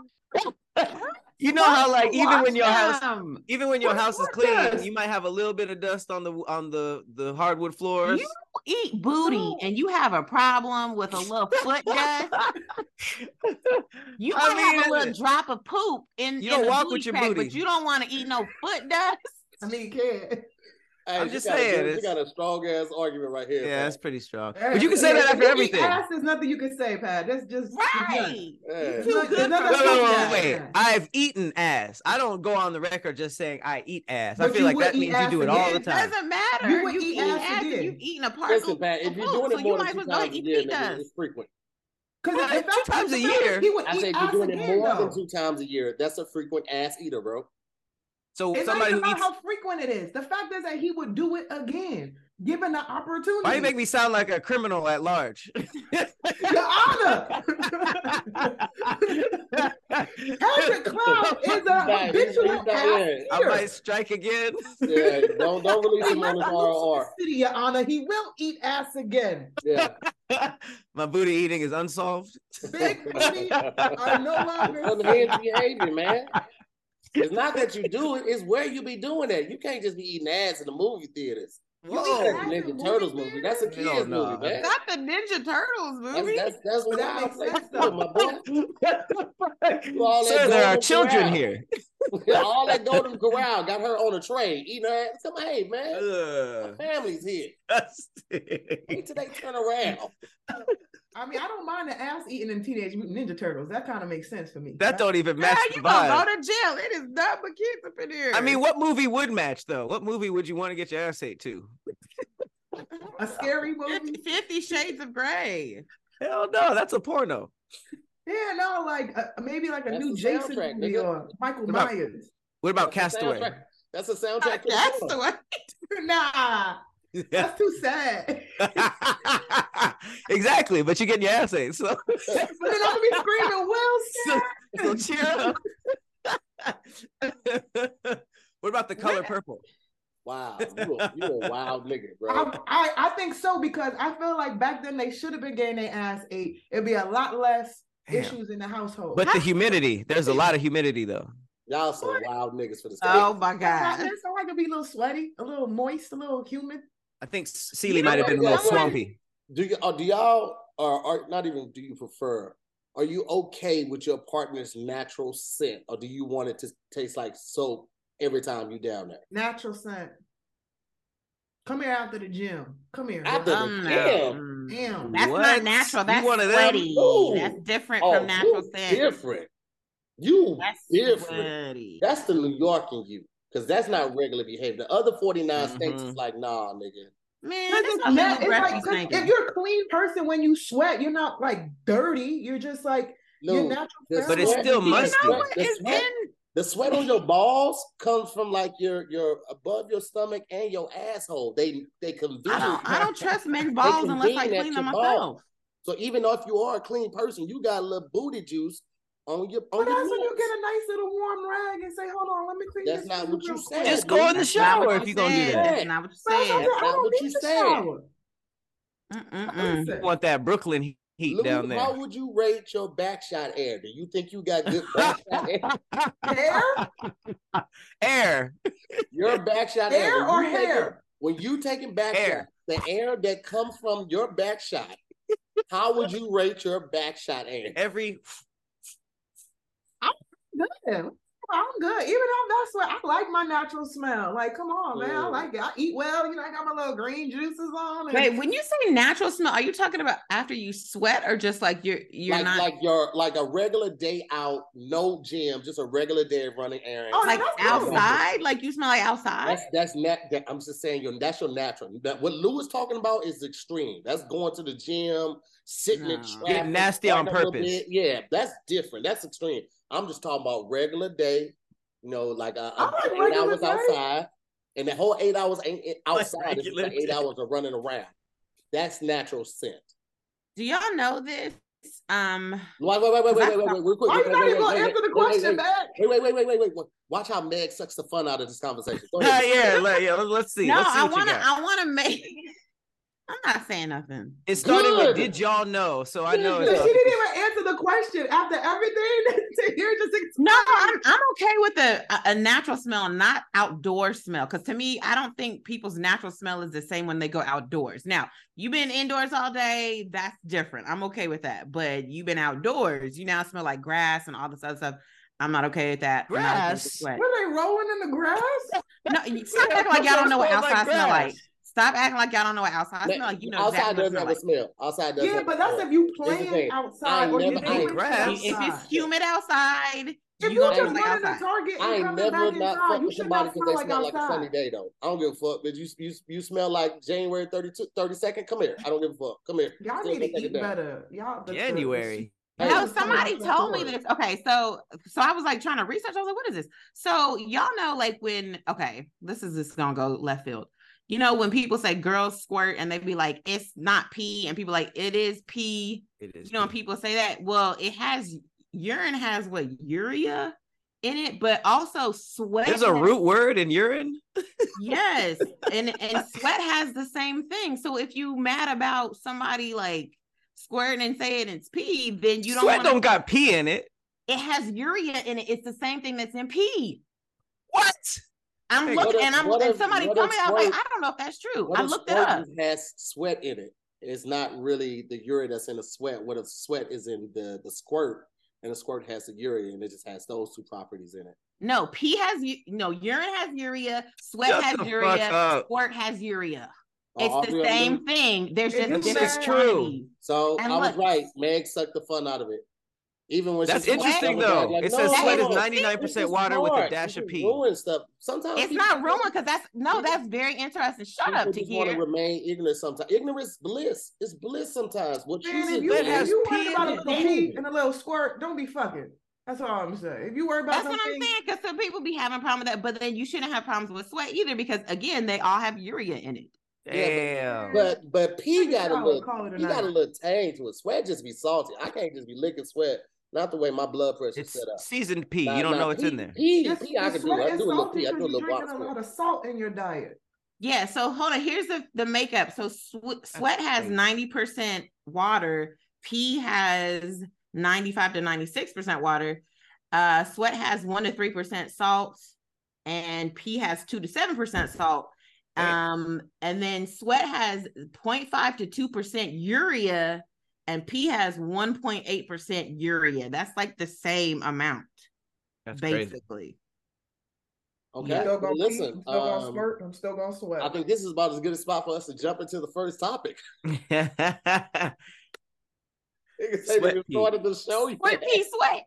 [SPEAKER 4] you know how like even when your house
[SPEAKER 1] Awesome.
[SPEAKER 4] even when your
[SPEAKER 3] What's
[SPEAKER 4] house is
[SPEAKER 3] foot
[SPEAKER 4] clean,
[SPEAKER 3] dust?
[SPEAKER 4] you might have a little bit of dust on the on the the hardwood floors.
[SPEAKER 1] You eat booty
[SPEAKER 3] No.
[SPEAKER 1] and you have a problem with a little foot dust. You
[SPEAKER 4] I
[SPEAKER 1] might have
[SPEAKER 4] mean,
[SPEAKER 1] a little drop of poop in in
[SPEAKER 4] You don't
[SPEAKER 1] the
[SPEAKER 4] walk with
[SPEAKER 1] booty
[SPEAKER 4] your
[SPEAKER 1] crack,
[SPEAKER 4] booty.
[SPEAKER 1] but you don't want to eat no foot dust.
[SPEAKER 3] I mean, yeah.
[SPEAKER 2] Hey,
[SPEAKER 4] I'm
[SPEAKER 2] you
[SPEAKER 4] just
[SPEAKER 2] got a-
[SPEAKER 4] saying,
[SPEAKER 2] You
[SPEAKER 4] it's-
[SPEAKER 2] got a strong ass argument right here.
[SPEAKER 4] yeah,
[SPEAKER 2] man.
[SPEAKER 4] that's pretty strong. But you can say
[SPEAKER 3] Yeah,
[SPEAKER 4] that
[SPEAKER 3] if
[SPEAKER 4] after
[SPEAKER 3] you eat
[SPEAKER 4] everything.
[SPEAKER 3] Ass, there's nothing you can say, Pat. That's just
[SPEAKER 1] Right.
[SPEAKER 2] Yeah.
[SPEAKER 1] Too
[SPEAKER 3] There's
[SPEAKER 1] good
[SPEAKER 3] no-
[SPEAKER 1] for
[SPEAKER 4] Wait,
[SPEAKER 3] That's what
[SPEAKER 4] wait, wait,
[SPEAKER 3] I'm
[SPEAKER 4] wait, wait.
[SPEAKER 3] saying.
[SPEAKER 4] I've eaten ass. I don't go on the record just saying I eat ass. I
[SPEAKER 3] But
[SPEAKER 4] feel
[SPEAKER 3] you
[SPEAKER 4] like
[SPEAKER 3] would
[SPEAKER 4] that
[SPEAKER 3] eat
[SPEAKER 4] means you
[SPEAKER 3] ass
[SPEAKER 4] do it all the
[SPEAKER 1] It
[SPEAKER 4] time.
[SPEAKER 1] doesn't matter.
[SPEAKER 3] You
[SPEAKER 1] You,
[SPEAKER 3] would
[SPEAKER 1] eat
[SPEAKER 3] eat
[SPEAKER 1] ass,
[SPEAKER 3] ass
[SPEAKER 1] and
[SPEAKER 3] again.
[SPEAKER 1] you eating a
[SPEAKER 2] Listen,
[SPEAKER 1] parcel.
[SPEAKER 2] Pat, if you're
[SPEAKER 1] Oh,
[SPEAKER 2] doing
[SPEAKER 1] so
[SPEAKER 2] it
[SPEAKER 1] you
[SPEAKER 2] more
[SPEAKER 1] might
[SPEAKER 2] than
[SPEAKER 1] as
[SPEAKER 2] two
[SPEAKER 1] well go
[SPEAKER 2] times a
[SPEAKER 1] eat
[SPEAKER 2] year,
[SPEAKER 1] meat
[SPEAKER 2] nigga,
[SPEAKER 1] dust.
[SPEAKER 2] it's frequent.
[SPEAKER 3] Because
[SPEAKER 4] Right, two times a year.
[SPEAKER 3] he would
[SPEAKER 2] I
[SPEAKER 3] eat
[SPEAKER 2] say if
[SPEAKER 3] ass
[SPEAKER 2] you're doing
[SPEAKER 3] again,
[SPEAKER 2] it more
[SPEAKER 3] though.
[SPEAKER 2] than two times a year, that's a frequent ass eater, bro.
[SPEAKER 4] So
[SPEAKER 3] It's not
[SPEAKER 4] somebody who
[SPEAKER 3] even about
[SPEAKER 4] eats.
[SPEAKER 3] how frequent it is. The fact is that he would do it again, given the opportunity.
[SPEAKER 4] Why you make me sound like a criminal at large?
[SPEAKER 3] the honor? Patrick Cloud is a
[SPEAKER 2] Right,
[SPEAKER 3] habitual
[SPEAKER 2] he's not
[SPEAKER 3] ass
[SPEAKER 2] in.
[SPEAKER 4] I might
[SPEAKER 3] eater.
[SPEAKER 4] strike again.
[SPEAKER 2] Yeah, don't don't release
[SPEAKER 3] He
[SPEAKER 2] him
[SPEAKER 3] must
[SPEAKER 2] on his
[SPEAKER 3] have moved to
[SPEAKER 2] RR.
[SPEAKER 3] the city, Your Honor. He will eat ass again.
[SPEAKER 2] Yeah.
[SPEAKER 4] My booty eating is unsolved.
[SPEAKER 3] Big booty are no longer.
[SPEAKER 2] Unhinged behavior, man. It's not that you do it, it's where you be doing that. You can't just be eating ass in the movie theaters.
[SPEAKER 3] Oh.
[SPEAKER 2] That's a
[SPEAKER 4] Whoa.
[SPEAKER 3] ass in
[SPEAKER 2] Ninja
[SPEAKER 3] movie
[SPEAKER 2] Turtles movie.
[SPEAKER 3] theaters?
[SPEAKER 2] That's a
[SPEAKER 4] Hell
[SPEAKER 2] kid's
[SPEAKER 4] no.
[SPEAKER 2] movie, man.
[SPEAKER 1] Not the Ninja Turtles
[SPEAKER 2] That's
[SPEAKER 1] movie.
[SPEAKER 2] that's that's
[SPEAKER 3] But
[SPEAKER 2] what
[SPEAKER 3] that
[SPEAKER 2] I
[SPEAKER 3] makes
[SPEAKER 2] say,
[SPEAKER 3] sense, though.
[SPEAKER 2] my boy.
[SPEAKER 4] What the
[SPEAKER 2] You all
[SPEAKER 4] fuck?
[SPEAKER 2] that
[SPEAKER 4] Sir, there are
[SPEAKER 2] golden
[SPEAKER 4] children
[SPEAKER 2] corral.
[SPEAKER 4] here.
[SPEAKER 2] all that golden corral got her on a train, eating her ass. Come on, hey man, my
[SPEAKER 4] Ugh.
[SPEAKER 2] family's here. Wait till they turn around.
[SPEAKER 3] I mean, I don't mind the ass eating in Teenage Mutant Ninja Turtles. That kind of makes sense for me.
[SPEAKER 4] That don't even
[SPEAKER 1] Girl,
[SPEAKER 4] match the
[SPEAKER 1] you gonna go
[SPEAKER 4] vibe.
[SPEAKER 1] to jail? It is not but kids up in here.
[SPEAKER 4] I mean, what movie would match though? What movie would you want to get your ass ate to?
[SPEAKER 3] a scary
[SPEAKER 1] Fifty,
[SPEAKER 3] movie.
[SPEAKER 1] Fifty Shades of Grey.
[SPEAKER 4] Hell no, that's a porno.
[SPEAKER 3] Yeah, no, like uh, maybe like a
[SPEAKER 2] That's
[SPEAKER 3] new
[SPEAKER 2] the
[SPEAKER 3] Jason
[SPEAKER 2] soundtrack,
[SPEAKER 3] movie
[SPEAKER 2] nigga.
[SPEAKER 3] or Michael
[SPEAKER 4] Come on.
[SPEAKER 3] Myers.
[SPEAKER 4] What about
[SPEAKER 2] That's the
[SPEAKER 4] Castaway?
[SPEAKER 2] soundtrack- That's a soundtrack. to the
[SPEAKER 1] That's
[SPEAKER 2] song.
[SPEAKER 1] the one.
[SPEAKER 3] Nah, that's too sad.
[SPEAKER 4] exactly, but you're getting your ass ate. So,
[SPEAKER 3] but then I'm gonna be screaming, Wilson.
[SPEAKER 4] so, so cheer up. what about the color purple?
[SPEAKER 2] Wow, you a, you a wild nigga, bro.
[SPEAKER 3] I, I, I think so because I feel like back then they should have been getting their ass ate. It'd be a lot less
[SPEAKER 4] Damn.
[SPEAKER 3] issues in the household.
[SPEAKER 4] But the humidity, there's a lot of humidity though.
[SPEAKER 2] Y'all some wild niggas for the state.
[SPEAKER 4] Uh,
[SPEAKER 1] Oh my
[SPEAKER 3] That's
[SPEAKER 1] god.
[SPEAKER 3] why- that's why I could be a little sweaty, a little moist, a little humid.
[SPEAKER 4] I think Sealy
[SPEAKER 2] You know
[SPEAKER 4] might have
[SPEAKER 2] what?
[SPEAKER 4] been a little
[SPEAKER 2] Someone-
[SPEAKER 4] swampy.
[SPEAKER 2] Do you? Uh, do y'all? Or are not even? Do you prefer? Are you okay with your partner's natural scent, or do you want it to taste like soap every time you down there?
[SPEAKER 3] Natural scent. Come here after the gym. Come here.
[SPEAKER 2] After
[SPEAKER 3] bro.
[SPEAKER 2] the
[SPEAKER 1] Um,
[SPEAKER 2] Damn.
[SPEAKER 1] mm.
[SPEAKER 3] Damn.
[SPEAKER 1] That's
[SPEAKER 4] What?
[SPEAKER 1] not natural.
[SPEAKER 4] You
[SPEAKER 1] That's
[SPEAKER 4] one of them?
[SPEAKER 1] sweaty.
[SPEAKER 2] Ooh.
[SPEAKER 1] That's different
[SPEAKER 2] Oh,
[SPEAKER 1] from natural
[SPEAKER 2] you
[SPEAKER 1] scent.
[SPEAKER 2] different. You
[SPEAKER 1] That's
[SPEAKER 2] different.
[SPEAKER 1] sweaty.
[SPEAKER 2] That's the New York in you, because that's not regular behavior. The other 49 states
[SPEAKER 4] Mhm.
[SPEAKER 2] is like, nah, nigga.
[SPEAKER 1] Man,
[SPEAKER 3] Cause
[SPEAKER 1] that's
[SPEAKER 3] it's
[SPEAKER 1] what
[SPEAKER 3] na-
[SPEAKER 1] Lil
[SPEAKER 3] it's
[SPEAKER 1] Breath was
[SPEAKER 3] like, 'cause if
[SPEAKER 1] thinking.
[SPEAKER 3] you're a clean person when you sweat, you're not like dirty. You're just like your
[SPEAKER 2] Lou,
[SPEAKER 3] natural.
[SPEAKER 2] the
[SPEAKER 3] pheromone.
[SPEAKER 4] But it's
[SPEAKER 2] sweat-
[SPEAKER 4] still
[SPEAKER 2] the
[SPEAKER 4] musty.
[SPEAKER 2] sweat-
[SPEAKER 4] You know
[SPEAKER 1] What
[SPEAKER 2] the
[SPEAKER 1] is
[SPEAKER 2] sweat-
[SPEAKER 1] in
[SPEAKER 2] The sweat on your balls comes from like your your above your stomach and your asshole. They they convene.
[SPEAKER 1] I don't I don't trust men's
[SPEAKER 2] They
[SPEAKER 1] balls unless I
[SPEAKER 2] convene at
[SPEAKER 1] clean them
[SPEAKER 2] your
[SPEAKER 1] myself.
[SPEAKER 2] balls. So even though if you are a clean person, you got a little booty juice on your on your
[SPEAKER 3] But that's when you
[SPEAKER 2] nuts.
[SPEAKER 3] get a nice little warm rag and say, "Hold on, let me clean
[SPEAKER 2] That's
[SPEAKER 3] this."
[SPEAKER 2] not
[SPEAKER 3] up
[SPEAKER 2] what you
[SPEAKER 3] real
[SPEAKER 2] said.
[SPEAKER 3] quick."
[SPEAKER 4] Just go in the
[SPEAKER 2] That's not what
[SPEAKER 4] shower if
[SPEAKER 1] you
[SPEAKER 4] you're gonna do
[SPEAKER 1] said.
[SPEAKER 4] that.
[SPEAKER 1] That's not what you
[SPEAKER 3] But I
[SPEAKER 1] said.
[SPEAKER 3] don't, I
[SPEAKER 2] That's not
[SPEAKER 3] don't
[SPEAKER 2] what
[SPEAKER 3] need
[SPEAKER 2] you
[SPEAKER 3] to
[SPEAKER 2] said. Mm.
[SPEAKER 3] shower.
[SPEAKER 1] Mm-mm-mm.
[SPEAKER 4] You want that Brooklyn heat
[SPEAKER 2] Lou,
[SPEAKER 4] down there.
[SPEAKER 2] How would you rate your backshot air? Do you think you got good backshot air?
[SPEAKER 3] Hair,
[SPEAKER 4] Air.
[SPEAKER 2] Your backshot air,
[SPEAKER 3] hair,
[SPEAKER 2] when
[SPEAKER 3] or
[SPEAKER 2] you taking-
[SPEAKER 3] hair?
[SPEAKER 2] when you taking back
[SPEAKER 4] Air.
[SPEAKER 2] shots, the air that comes from your back shot, how would you rate your back shot air?
[SPEAKER 4] Every
[SPEAKER 3] Good. I'm good. Even though that's what I like my natural smell. Like, come on, man. I
[SPEAKER 2] Yeah.
[SPEAKER 3] like it. I eat well. You know, I got my little green juices on. and-
[SPEAKER 1] Wait, when you say natural smell, are you talking about after you sweat or just like you're you're
[SPEAKER 2] like
[SPEAKER 1] not
[SPEAKER 2] like your like a regular day out, no gym, just a regular day of running errands.
[SPEAKER 3] Oh,
[SPEAKER 1] like
[SPEAKER 3] that's good.
[SPEAKER 1] outside? Like you smell like outside?
[SPEAKER 2] That's that's nat. That, I'm just saying, your that's your natural. That, what Lou is talking about is extreme. That's going to the gym, sitting in
[SPEAKER 1] No.
[SPEAKER 2] traffic,
[SPEAKER 4] Getting nasty on
[SPEAKER 2] sweating a little
[SPEAKER 4] purpose.
[SPEAKER 2] bit. Yeah, that's different. That's extreme. I'm just talking about regular day. You know, like uh,
[SPEAKER 3] I like
[SPEAKER 2] eight
[SPEAKER 3] regular
[SPEAKER 2] hours
[SPEAKER 3] day.
[SPEAKER 2] outside, and the whole eight hours ain't ain't
[SPEAKER 4] Like
[SPEAKER 2] outside. it's just
[SPEAKER 4] regular
[SPEAKER 2] like eight
[SPEAKER 4] day.
[SPEAKER 2] hours of running around. That's natural scent.
[SPEAKER 1] Do y'all know this? Um,
[SPEAKER 2] Wait, wait, wait, wait, wait, wait, wait, wait, real quick.
[SPEAKER 3] Why
[SPEAKER 2] wait, wait,
[SPEAKER 3] you not
[SPEAKER 2] wait,
[SPEAKER 3] even gonna
[SPEAKER 2] wait,
[SPEAKER 3] answer the
[SPEAKER 2] wait, wait,
[SPEAKER 3] question,
[SPEAKER 2] wait,
[SPEAKER 3] man?
[SPEAKER 2] Wait, wait, wait, wait, wait, wait, wait. Watch how Meg sucks the fun out of this conversation. Go
[SPEAKER 4] yeah,
[SPEAKER 2] ahead.
[SPEAKER 4] yeah, let- yeah, let's see.
[SPEAKER 1] no,
[SPEAKER 4] let's see
[SPEAKER 1] I
[SPEAKER 4] what
[SPEAKER 1] wanna
[SPEAKER 4] you got.
[SPEAKER 1] I wanna make I'm not saying nothing.
[SPEAKER 4] It started
[SPEAKER 2] Good.
[SPEAKER 4] with did y'all know? So I know
[SPEAKER 3] She
[SPEAKER 4] it's
[SPEAKER 3] didn't even answer the question after everything. to hear just ex-
[SPEAKER 1] No, I'm I'm okay with a, a- a natural smell, not outdoor smell. Cause to me, I don't think people's natural smell is the same when they go outdoors. Now, you've been indoors all day, that's different. I'm okay with that. But you've been outdoors, you now smell like grass and all this other stuff. I'm not okay with that. I'm not okay with
[SPEAKER 4] Grass?
[SPEAKER 1] sweat.
[SPEAKER 3] were they rolling in the grass?
[SPEAKER 1] No, you- stop acting like y'all don't know what outside smell like. Stop acting like y'all don't know what outside
[SPEAKER 2] Man,
[SPEAKER 1] smell like. You know
[SPEAKER 2] outside
[SPEAKER 1] exactly what
[SPEAKER 2] doesn't
[SPEAKER 1] smell
[SPEAKER 2] have
[SPEAKER 1] like.
[SPEAKER 2] a smell. Outside doesn't.
[SPEAKER 3] Yeah,
[SPEAKER 2] have a
[SPEAKER 3] but that's
[SPEAKER 2] smell.
[SPEAKER 3] if you
[SPEAKER 2] Here's the
[SPEAKER 3] playing
[SPEAKER 2] thing.
[SPEAKER 3] outside
[SPEAKER 2] I
[SPEAKER 3] or you
[SPEAKER 2] never- I
[SPEAKER 3] doing
[SPEAKER 2] ain't
[SPEAKER 4] grass.
[SPEAKER 3] grass.
[SPEAKER 1] If it's humid outside,
[SPEAKER 3] If
[SPEAKER 1] you
[SPEAKER 3] you
[SPEAKER 1] gonna
[SPEAKER 3] just
[SPEAKER 1] smell like
[SPEAKER 3] running to
[SPEAKER 1] outside.
[SPEAKER 3] Target
[SPEAKER 2] I
[SPEAKER 3] and
[SPEAKER 2] ain't
[SPEAKER 3] coming
[SPEAKER 2] never
[SPEAKER 3] back
[SPEAKER 2] not
[SPEAKER 3] inside,
[SPEAKER 2] fuck
[SPEAKER 3] you
[SPEAKER 2] with
[SPEAKER 3] should
[SPEAKER 2] somebody
[SPEAKER 3] not
[SPEAKER 2] because
[SPEAKER 3] smell
[SPEAKER 2] they
[SPEAKER 3] like
[SPEAKER 2] smell like a sunny
[SPEAKER 3] outside.
[SPEAKER 2] day though. I don't give a fuck. But you you you smell like January 32, 32nd. Come here. I don't give a fuck. Come here.
[SPEAKER 3] Y'all
[SPEAKER 2] Go
[SPEAKER 3] need
[SPEAKER 2] take
[SPEAKER 3] to
[SPEAKER 2] a
[SPEAKER 3] eat
[SPEAKER 2] day.
[SPEAKER 3] better. Y'all the- the- the-
[SPEAKER 4] January.
[SPEAKER 2] Hey,
[SPEAKER 1] No,
[SPEAKER 2] it's
[SPEAKER 1] somebody
[SPEAKER 3] the-
[SPEAKER 1] told me
[SPEAKER 3] the-
[SPEAKER 1] this. Okay, so so I was like trying to research. I was like, what is this? So y'all know, like when okay, this is just gonna go left field. You know, when people say girls squirt and they be like, it's not pee, and people like it is pee.
[SPEAKER 4] It is.
[SPEAKER 1] You know, when
[SPEAKER 4] pee.
[SPEAKER 1] people say that, well, it has urine has what urea in it, but also sweat.
[SPEAKER 4] There's a
[SPEAKER 1] has-
[SPEAKER 4] root word in urine.
[SPEAKER 1] Yes, and and sweat has the same thing. So if you mad about somebody like squirting and saying it's pee, then you don't
[SPEAKER 4] Sweat
[SPEAKER 1] wanna-
[SPEAKER 4] don't got pee in it.
[SPEAKER 1] it has urea in it. It's the same thing that's in pee.
[SPEAKER 4] What?
[SPEAKER 1] I'm
[SPEAKER 4] Hey,
[SPEAKER 1] looking,
[SPEAKER 2] what
[SPEAKER 1] and
[SPEAKER 2] if-
[SPEAKER 1] I'm,
[SPEAKER 2] what
[SPEAKER 1] and
[SPEAKER 2] if-
[SPEAKER 1] somebody
[SPEAKER 2] what
[SPEAKER 1] told
[SPEAKER 2] if
[SPEAKER 1] me, I was like,
[SPEAKER 2] squirt-
[SPEAKER 1] I don't know if that's true.
[SPEAKER 2] What
[SPEAKER 1] I
[SPEAKER 2] if
[SPEAKER 1] looked it
[SPEAKER 2] squirt
[SPEAKER 1] up.
[SPEAKER 2] Has sweat in it. It's not really the urea that's in the sweat. What if sweat is in the the squirt, and the squirt has the urea, and it just has those two properties in it.
[SPEAKER 1] No, pee has u- no urine has urea, sweat
[SPEAKER 4] Shut the
[SPEAKER 1] has
[SPEAKER 4] fuck
[SPEAKER 1] urea,
[SPEAKER 4] up.
[SPEAKER 1] squirt has urea.
[SPEAKER 2] Are all
[SPEAKER 1] It's the
[SPEAKER 2] three of them
[SPEAKER 1] same
[SPEAKER 2] new?
[SPEAKER 1] thing. There's just
[SPEAKER 3] It's
[SPEAKER 1] different
[SPEAKER 4] true.
[SPEAKER 1] quantities.
[SPEAKER 2] So
[SPEAKER 1] And
[SPEAKER 2] I was
[SPEAKER 1] look-
[SPEAKER 2] right. Meg sucked the fun out of it. Even when she
[SPEAKER 4] That's
[SPEAKER 2] said-
[SPEAKER 4] interesting
[SPEAKER 2] I was
[SPEAKER 4] though.
[SPEAKER 2] like,
[SPEAKER 4] it
[SPEAKER 2] no,
[SPEAKER 4] says sweat is
[SPEAKER 1] that's-
[SPEAKER 2] no,
[SPEAKER 4] 99
[SPEAKER 2] this
[SPEAKER 4] percent
[SPEAKER 2] is
[SPEAKER 4] water with a
[SPEAKER 2] hard.
[SPEAKER 4] dash
[SPEAKER 2] You
[SPEAKER 4] of
[SPEAKER 2] can
[SPEAKER 4] pee.
[SPEAKER 2] Ruin stuff. Sometimes
[SPEAKER 1] It's
[SPEAKER 2] people-
[SPEAKER 1] not ruined because that's no, that's very interesting. Shut
[SPEAKER 2] people
[SPEAKER 1] up to
[SPEAKER 2] just want to
[SPEAKER 1] here.
[SPEAKER 2] remain ignorant. Sometimes ignorance bliss. It's bliss sometimes. What
[SPEAKER 3] Man,
[SPEAKER 2] you
[SPEAKER 3] if
[SPEAKER 2] said
[SPEAKER 3] you
[SPEAKER 4] That
[SPEAKER 3] if
[SPEAKER 4] has
[SPEAKER 3] you
[SPEAKER 4] pee
[SPEAKER 3] worried
[SPEAKER 4] in
[SPEAKER 3] about a
[SPEAKER 4] it.
[SPEAKER 3] little pee and a little squirt, don't be fucking. That's all I'm saying. If you worry about
[SPEAKER 1] That's what
[SPEAKER 3] something,
[SPEAKER 1] I'm saying. Because some people be having a problem with that, but then you shouldn't have problems with sweat either because again, they all have urea in it.
[SPEAKER 2] Yeah,
[SPEAKER 4] Damn.
[SPEAKER 2] but but pee got a
[SPEAKER 3] I would
[SPEAKER 2] little
[SPEAKER 3] call it a
[SPEAKER 2] He got a
[SPEAKER 3] night.
[SPEAKER 2] little tang to it. Sweat just be salty. I can't just be licking sweat. Not the way my blood pressure
[SPEAKER 4] It's
[SPEAKER 2] set up.
[SPEAKER 4] seasoned pee.
[SPEAKER 2] Nah,
[SPEAKER 4] you don't
[SPEAKER 2] nah,
[SPEAKER 4] know what's
[SPEAKER 2] pee-
[SPEAKER 4] in there.
[SPEAKER 2] Pee,
[SPEAKER 3] Your-
[SPEAKER 2] pee I
[SPEAKER 3] your
[SPEAKER 2] can do.
[SPEAKER 3] sweat
[SPEAKER 2] I
[SPEAKER 3] is
[SPEAKER 2] do a little
[SPEAKER 3] salty
[SPEAKER 2] pee. I do a
[SPEAKER 3] 'cause you
[SPEAKER 2] little
[SPEAKER 3] drinking
[SPEAKER 2] box.
[SPEAKER 3] a lot of salt in your diet.
[SPEAKER 1] Yeah, so hold on. Here's the the makeup. So swe- sweat has
[SPEAKER 4] crazy.
[SPEAKER 1] 90% water, pee has 95 to 96% water. Uh sweat has 1 to 3% salt and pee has 2 to 7% salt. Um and then sweat has 0.5 to 2% urea and pee has 1.8% urea. That's like the same amount
[SPEAKER 4] That's crazy.
[SPEAKER 1] basically.
[SPEAKER 2] Okay.
[SPEAKER 1] Yeah.
[SPEAKER 3] Still
[SPEAKER 2] Well,
[SPEAKER 3] gonna pee, I'm
[SPEAKER 2] listen,
[SPEAKER 3] still gonna
[SPEAKER 2] um,
[SPEAKER 3] squirt, I'm still gonna
[SPEAKER 2] I
[SPEAKER 3] sweat.
[SPEAKER 2] think this is about as good a spot for us to jump into the first topic. Niggas say
[SPEAKER 4] Sweat
[SPEAKER 2] we
[SPEAKER 4] pee.
[SPEAKER 2] started the show. yet.
[SPEAKER 1] Sweat, pee, sweat.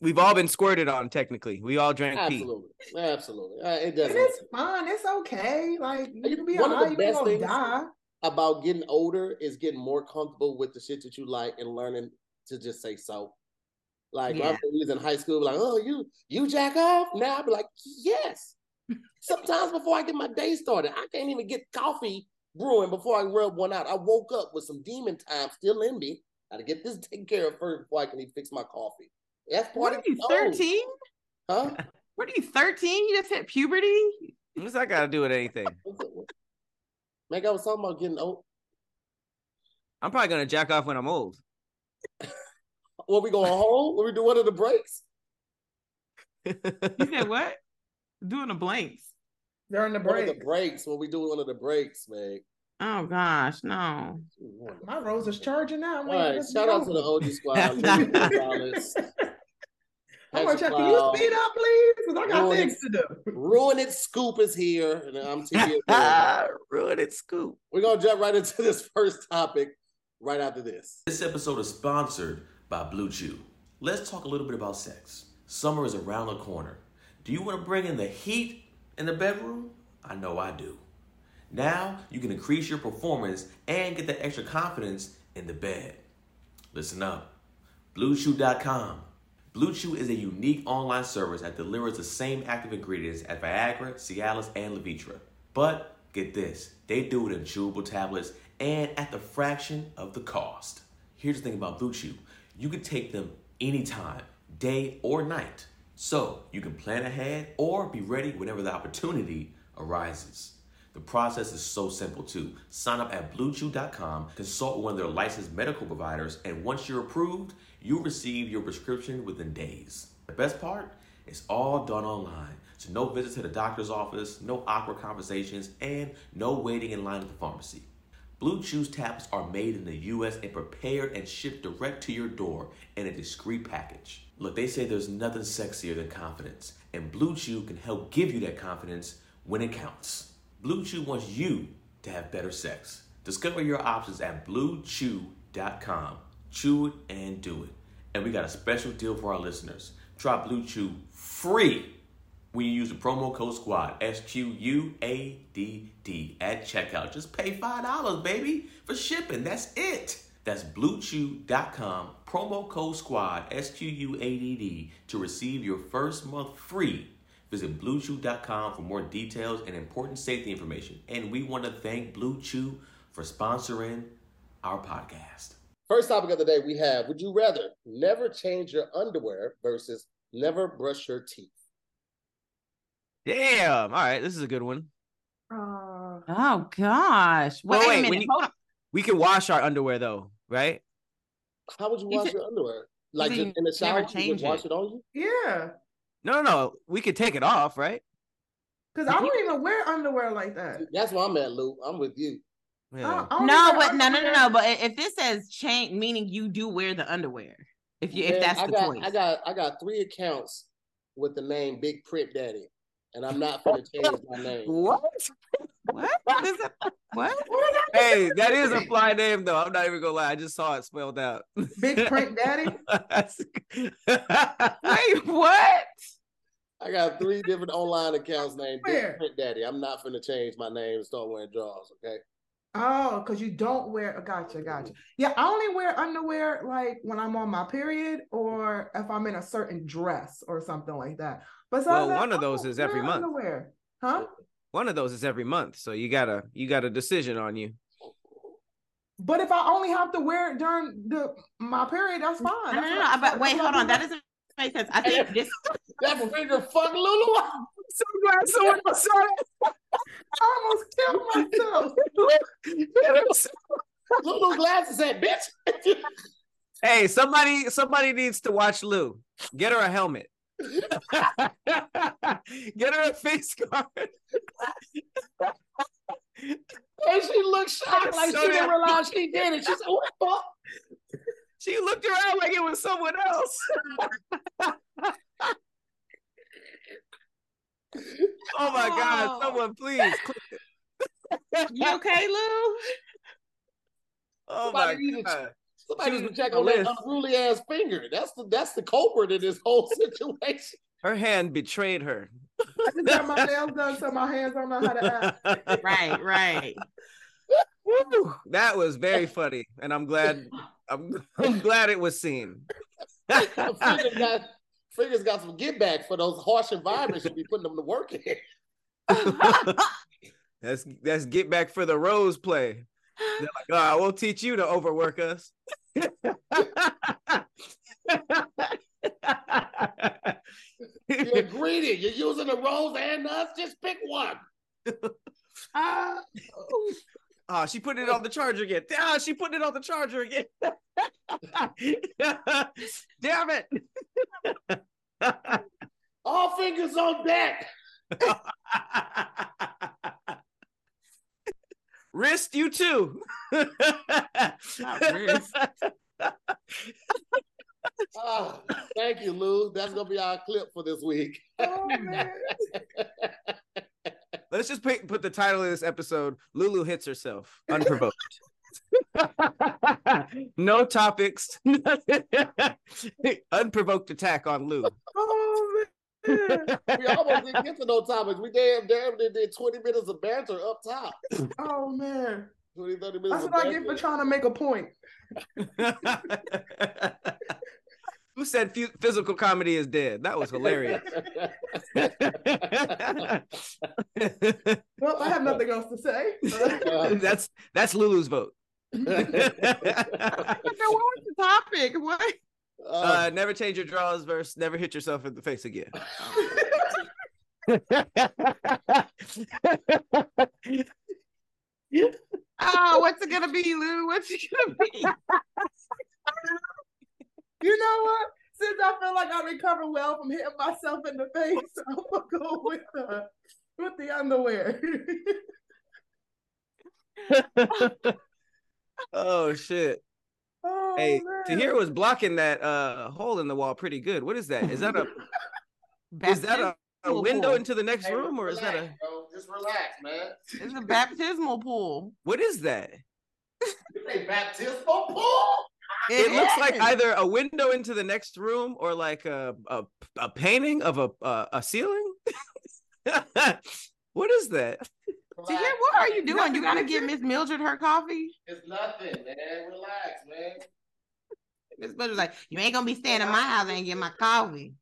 [SPEAKER 4] We've all been squirted on technically. We all drank pee.
[SPEAKER 2] Absolutely, absolutely. Uh, it
[SPEAKER 3] And
[SPEAKER 2] doesn't.
[SPEAKER 3] it's fine, it's okay. Like you can be
[SPEAKER 2] One of the
[SPEAKER 3] alright, you ain't
[SPEAKER 2] best
[SPEAKER 3] gonna
[SPEAKER 2] things-
[SPEAKER 3] die.
[SPEAKER 2] about getting older is getting more comfortable with the shit that you like and learning to just say so. Like
[SPEAKER 1] Yeah.
[SPEAKER 2] when I was in high school, like, oh, you you jack off? Now I'd be like, yes. Sometimes before I get my day started, I can't even get coffee brewing before I rub one out. I woke up with some demon time still in me. Gotta get this taken care of first before I can even fix my coffee. That's part
[SPEAKER 1] What
[SPEAKER 2] of
[SPEAKER 1] are you
[SPEAKER 2] getting old,
[SPEAKER 1] 13?
[SPEAKER 2] huh?
[SPEAKER 1] What are you, 13? You just hit puberty?
[SPEAKER 4] What's that got to do with anything?
[SPEAKER 2] Like I was talking about getting old.
[SPEAKER 4] I'm probably gonna jack off when I'm old.
[SPEAKER 2] Were we going home? Were we do one of the breaks?
[SPEAKER 1] You said what? Doing the blanks.
[SPEAKER 3] During the
[SPEAKER 2] One of the
[SPEAKER 3] break.
[SPEAKER 2] breaks. What we do one of the breaks, man.
[SPEAKER 1] Oh gosh, no.
[SPEAKER 3] My rose is charging now. I'm
[SPEAKER 2] All
[SPEAKER 3] waiting
[SPEAKER 2] right,
[SPEAKER 3] for this to
[SPEAKER 2] shout out to
[SPEAKER 3] be over.
[SPEAKER 2] the OG squad. Lou Gonzalez.
[SPEAKER 3] I'm gonna
[SPEAKER 2] Pastor
[SPEAKER 3] check. Can you
[SPEAKER 2] Cloud.
[SPEAKER 3] speed up, please? Because I got
[SPEAKER 2] Ruin
[SPEAKER 3] things to do.
[SPEAKER 2] Ruin It Scoop is here. And I'm TV.
[SPEAKER 4] Ruin it, Scoop.
[SPEAKER 2] We're going to jump right into this first topic right after this.
[SPEAKER 5] This episode is sponsored by Blue Chew. Let's talk a little bit about sex. Summer is around the corner. Do you want to bring in the heat in the bedroom? I know I do. Now you can increase your performance and get that extra confidence in the bed. Listen up. BlueChew.com. Blue Chew is a unique online service that delivers the same active ingredients as Viagra, Cialis, and Levitra. But get this, they do it in chewable tablets and at the fraction of the cost. Here's the thing about Blue Chew you can take them anytime, day or night. So you can plan ahead or be ready whenever the opportunity arises. The process is so simple too. Sign up at bluechew.com, consult one of their licensed medical providers, and once you're approved, you'll receive your prescription within days. The best part? It's all done online. So no visits to the doctor's office, no awkward conversations, and no waiting in line at the pharmacy. Blue Chew's tablets are made in the US and prepared and shipped direct to your door in a discreet package. Look, they say there's nothing sexier than confidence, and Blue Chew can help give you that confidence when it counts. Blue Chew wants you to have better sex. Discover your options at bluechew.com. Chew it and do it. And we got a special deal for our listeners. Try Blue Chew free when you use the promo code SQUAD, S Q U A D D, at checkout. Just pay $5, baby, for shipping. That's it. That's bluechew.com, promo code SQUAD, S Q U A D D, to receive your first month free. Visit bluechew.com for more details and important safety information. And we want to thank Blue Chew for sponsoring our podcast.
[SPEAKER 2] First topic of the day we have Would you rather never change your underwear versus never brush your teeth?
[SPEAKER 4] Damn. All right, this is a good one.
[SPEAKER 3] Uh,
[SPEAKER 1] Oh gosh.
[SPEAKER 4] Well,
[SPEAKER 1] Wait,
[SPEAKER 4] wait,
[SPEAKER 1] a
[SPEAKER 4] when
[SPEAKER 1] minute.
[SPEAKER 4] you-
[SPEAKER 1] Hold on.
[SPEAKER 4] We can wash our underwear though, right?
[SPEAKER 2] How would you
[SPEAKER 1] You
[SPEAKER 2] wash
[SPEAKER 1] said-
[SPEAKER 2] your underwear? Like
[SPEAKER 1] said
[SPEAKER 2] just
[SPEAKER 1] you
[SPEAKER 2] in the
[SPEAKER 1] never
[SPEAKER 2] shower, you
[SPEAKER 1] change
[SPEAKER 2] would wash
[SPEAKER 1] it.
[SPEAKER 2] it on you?
[SPEAKER 3] yeah,
[SPEAKER 4] No, no, no. We could take it off, right?
[SPEAKER 3] because I don't even wear underwear like that.
[SPEAKER 2] That's where I'm at, Lou. I'm with you.
[SPEAKER 4] Yeah.
[SPEAKER 3] I- I only
[SPEAKER 1] No,
[SPEAKER 3] wear
[SPEAKER 1] but no, no, no,
[SPEAKER 3] underwear-
[SPEAKER 1] no. But i- if this says change, meaning you do wear the underwear. If you if
[SPEAKER 2] Man,
[SPEAKER 1] that's
[SPEAKER 2] I
[SPEAKER 1] the
[SPEAKER 2] got,
[SPEAKER 1] choice.
[SPEAKER 2] I got I got three accounts with the name Big Print Daddy, and I'm not gonna change my name.
[SPEAKER 4] what?
[SPEAKER 1] what? This is- what?
[SPEAKER 3] What is that?
[SPEAKER 4] Hey, that is a fly name though. I'm not even gonna lie. I just saw it spelled out.
[SPEAKER 3] Big print daddy.
[SPEAKER 4] That's-
[SPEAKER 1] Wait, what?
[SPEAKER 2] I got three different online accounts named
[SPEAKER 3] Where?
[SPEAKER 2] Big Print Daddy. I'm not gonna change my name and start wearing drawers. Okay,
[SPEAKER 3] Oh, because you don't wear. Gotcha, gotcha. Yeah, I only wear underwear like when I'm on my period or if I'm in a certain dress or something like that. But so
[SPEAKER 4] Well, one of those is every month.
[SPEAKER 3] Underwear, huh?
[SPEAKER 4] One of those is every month, so you gotta you got a decision on you.
[SPEAKER 3] But if I only have to wear it during the my period, that's fine.
[SPEAKER 1] No, no,
[SPEAKER 3] That's
[SPEAKER 1] no.
[SPEAKER 3] what
[SPEAKER 1] no,
[SPEAKER 3] I'm
[SPEAKER 1] But
[SPEAKER 3] saying.
[SPEAKER 1] wait,
[SPEAKER 3] That's
[SPEAKER 1] hold
[SPEAKER 3] what
[SPEAKER 1] on. That
[SPEAKER 3] I'm
[SPEAKER 1] doesn't make sense. I think this
[SPEAKER 2] that figure fuck Lulu.
[SPEAKER 4] So glad someone else saw it.
[SPEAKER 3] I almost killed myself.
[SPEAKER 2] Lulu glasses at bitch.
[SPEAKER 4] Hey, somebody somebody needs to watch Lou. Get her a helmet. Get her a face guard.
[SPEAKER 2] and she looked shocked, like
[SPEAKER 4] So
[SPEAKER 2] she didn't
[SPEAKER 4] did-
[SPEAKER 2] realize she did it. She said, "What the fuck?"
[SPEAKER 4] She looked around like it was someone else. oh my
[SPEAKER 1] Oh.
[SPEAKER 4] god, someone please. clip it.
[SPEAKER 1] you okay, Lou?
[SPEAKER 4] Oh
[SPEAKER 2] Somebody
[SPEAKER 4] my
[SPEAKER 2] needs to-
[SPEAKER 4] god.
[SPEAKER 2] Somebody needs to check
[SPEAKER 4] a
[SPEAKER 2] on that
[SPEAKER 4] list.
[SPEAKER 2] unruly ass finger. That's the that's the culprit in this whole situation.
[SPEAKER 4] Her hand betrayed her.
[SPEAKER 3] I just got my nails done, so my hands don't know how to act.
[SPEAKER 1] Right, right.
[SPEAKER 4] Woo, that was very funny, and I'm glad. I'm, I'm glad it was seen.
[SPEAKER 2] Fingers got, fingers got some get back for those harsh environments you be putting them to work in.
[SPEAKER 4] That's that's get back for the rose play. They're like, oh, we'll teach you to overwork us.
[SPEAKER 2] You're greedy. You're using the rose and us. Just pick one.
[SPEAKER 4] oh, she put it on the charger again. Oh, she put it on the charger again. Damn it.
[SPEAKER 2] All fingers on deck.
[SPEAKER 4] Wrist, you too.
[SPEAKER 1] Not wrist.
[SPEAKER 2] Ah, thank you, Lou. That's gonna be our clip for this week.
[SPEAKER 3] Oh, man.
[SPEAKER 4] Let's just put, put the title of this episode Lulu hits herself unprovoked. no topics, unprovoked attack on Lou.
[SPEAKER 3] Oh, man.
[SPEAKER 2] We almost didn't get to no topics. We damn damn did, did 20 minutes of banter up top.
[SPEAKER 3] Oh, man.
[SPEAKER 2] 20, 30 minutes
[SPEAKER 3] That's
[SPEAKER 2] of
[SPEAKER 3] what I
[SPEAKER 2] banter.
[SPEAKER 3] get for trying to make a point.
[SPEAKER 4] Who said phy- physical comedy is dead? That was hilarious.
[SPEAKER 3] Well, I have nothing else to say.
[SPEAKER 2] Uh,
[SPEAKER 4] that's that's Lulu's vote.
[SPEAKER 1] I didn't know what was the topic? What?
[SPEAKER 4] uh, never change your draws verse. Never hit yourself in the face again.
[SPEAKER 1] Oh, what's it gonna be, Lou? What's it gonna be?
[SPEAKER 3] You know what? Since I feel like I recovered well from hitting myself in the face, I'm gonna go with the with the underwear.
[SPEAKER 4] oh shit!
[SPEAKER 3] oh,
[SPEAKER 4] Hey,
[SPEAKER 3] man.
[SPEAKER 4] Tahir was blocking that uh, hole in the wall pretty good. What is that? Is that a is that a, a
[SPEAKER 1] Baptismal
[SPEAKER 4] window
[SPEAKER 1] pool.
[SPEAKER 4] into the next room, or is that a
[SPEAKER 2] Bro, just relax, man.
[SPEAKER 1] It's a baptismal pool.
[SPEAKER 4] what is that?
[SPEAKER 2] You say baptismal pool?
[SPEAKER 4] It looks like
[SPEAKER 1] is.
[SPEAKER 4] either a window into the next room or like a a, a painting of a uh, a, a ceiling. what is that?
[SPEAKER 1] Tahir, what are you doing? You gotta give Miss Mildred her coffee.
[SPEAKER 2] It's nothing, man. Relax, man.
[SPEAKER 1] Miss Mildred's like, you ain't gonna be staying in my house and get my coffee.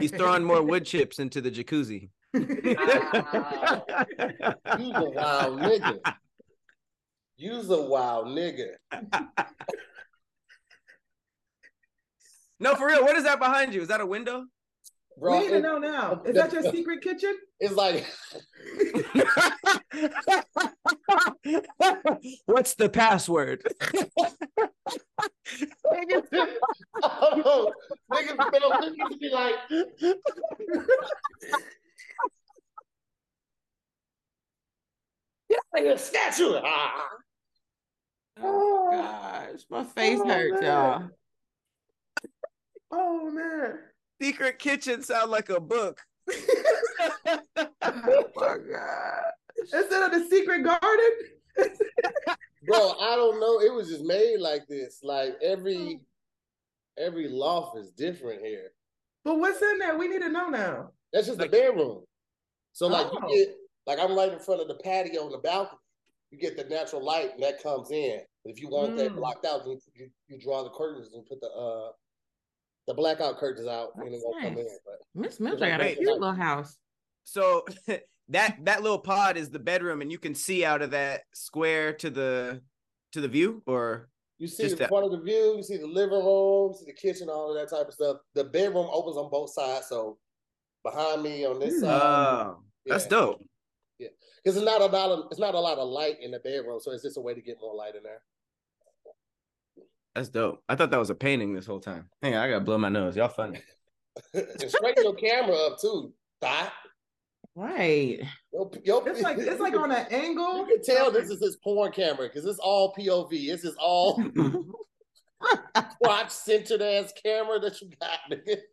[SPEAKER 4] He's throwing more wood chips into the jacuzzi.
[SPEAKER 2] Wow. You's a wild nigga. You's a wild nigga.
[SPEAKER 4] no, for real. What is that behind you? Is that a window?
[SPEAKER 3] we
[SPEAKER 2] Bro,
[SPEAKER 3] need to
[SPEAKER 2] it-
[SPEAKER 3] know now. Is that your secret kitchen?
[SPEAKER 2] it's like
[SPEAKER 4] What's the password?
[SPEAKER 2] I don't know. Niggas been on niggas be like, like a statue. Ah.
[SPEAKER 1] Oh gosh, my face
[SPEAKER 3] Oh,
[SPEAKER 1] hurts,
[SPEAKER 3] man.
[SPEAKER 1] y'all.
[SPEAKER 3] Oh man.
[SPEAKER 4] Secret Kitchen sound like a book.
[SPEAKER 1] Oh my god.
[SPEAKER 3] Instead of the secret garden?
[SPEAKER 2] Bro, I don't know. It was just made like this. Like every every loft is different here.
[SPEAKER 3] But what's in there? We need to know now.
[SPEAKER 2] That's just
[SPEAKER 4] Like-
[SPEAKER 2] the bedroom. So like
[SPEAKER 3] Oh.
[SPEAKER 2] you get like I'm right in front of the patio on the balcony. You get the natural light and that comes in. But if you want that
[SPEAKER 3] Mm.
[SPEAKER 2] blocked out, you, you you draw the curtains and put the uh the blackout curtains out and it
[SPEAKER 1] That's
[SPEAKER 2] won't come
[SPEAKER 1] nice.
[SPEAKER 2] in. But
[SPEAKER 1] Miss Mildred got a
[SPEAKER 4] Wait.
[SPEAKER 1] cute little house.
[SPEAKER 4] So that that little pod is the bedroom, and you can see out of that square to the to the view, or
[SPEAKER 2] you see
[SPEAKER 4] Just
[SPEAKER 2] the
[SPEAKER 4] that-
[SPEAKER 2] front of the view, you see the living room, you see the kitchen, all of that type of stuff. The bedroom opens on both sides, so behind me on this
[SPEAKER 3] Mm.
[SPEAKER 1] Um,
[SPEAKER 2] side.
[SPEAKER 4] oh, that's
[SPEAKER 2] yeah.
[SPEAKER 4] dope.
[SPEAKER 2] Because it's not a lot of it's not a lot of light in the bedroom, so it's just a way to get more light in there.
[SPEAKER 4] That's dope. I thought that was a painting this whole time. Hang on, I gotta blow my nose. Y'all funny.
[SPEAKER 2] and straighten your camera up too, thot.
[SPEAKER 1] Right.
[SPEAKER 2] Yo, yo,
[SPEAKER 3] It's like it's like on an angle.
[SPEAKER 2] You can tell this is his porn camera because it's all POV. This is all watch centered ass camera that you got. nigga.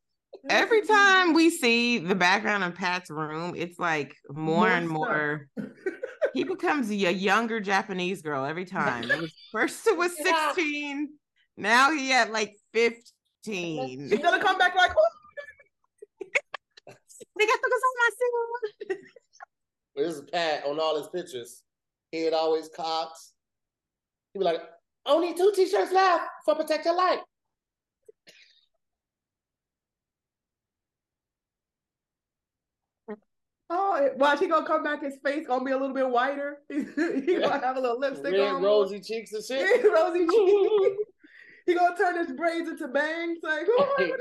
[SPEAKER 1] Every time we see the background of Pat's room, it's like more,
[SPEAKER 3] More
[SPEAKER 1] and
[SPEAKER 3] stuff.
[SPEAKER 1] more. he becomes a younger Japanese girl every time. It was- First it was
[SPEAKER 2] Yeah.
[SPEAKER 1] 16. Now he at like 15.
[SPEAKER 3] She's gonna come back like, oh,
[SPEAKER 1] They got to my cell.
[SPEAKER 2] This is Pat on all his pictures. Head always cocked. He be like, only two t-shirts left for protect your life.
[SPEAKER 3] oh watch, he gonna come back, his face gonna be a little bit whiter. he gonna have a little lipstick
[SPEAKER 2] Red
[SPEAKER 3] on.
[SPEAKER 2] rosy cheeks and shit.
[SPEAKER 3] Yeah, rosy cheek. he gonna turn his braids into bangs. Like, oh my god,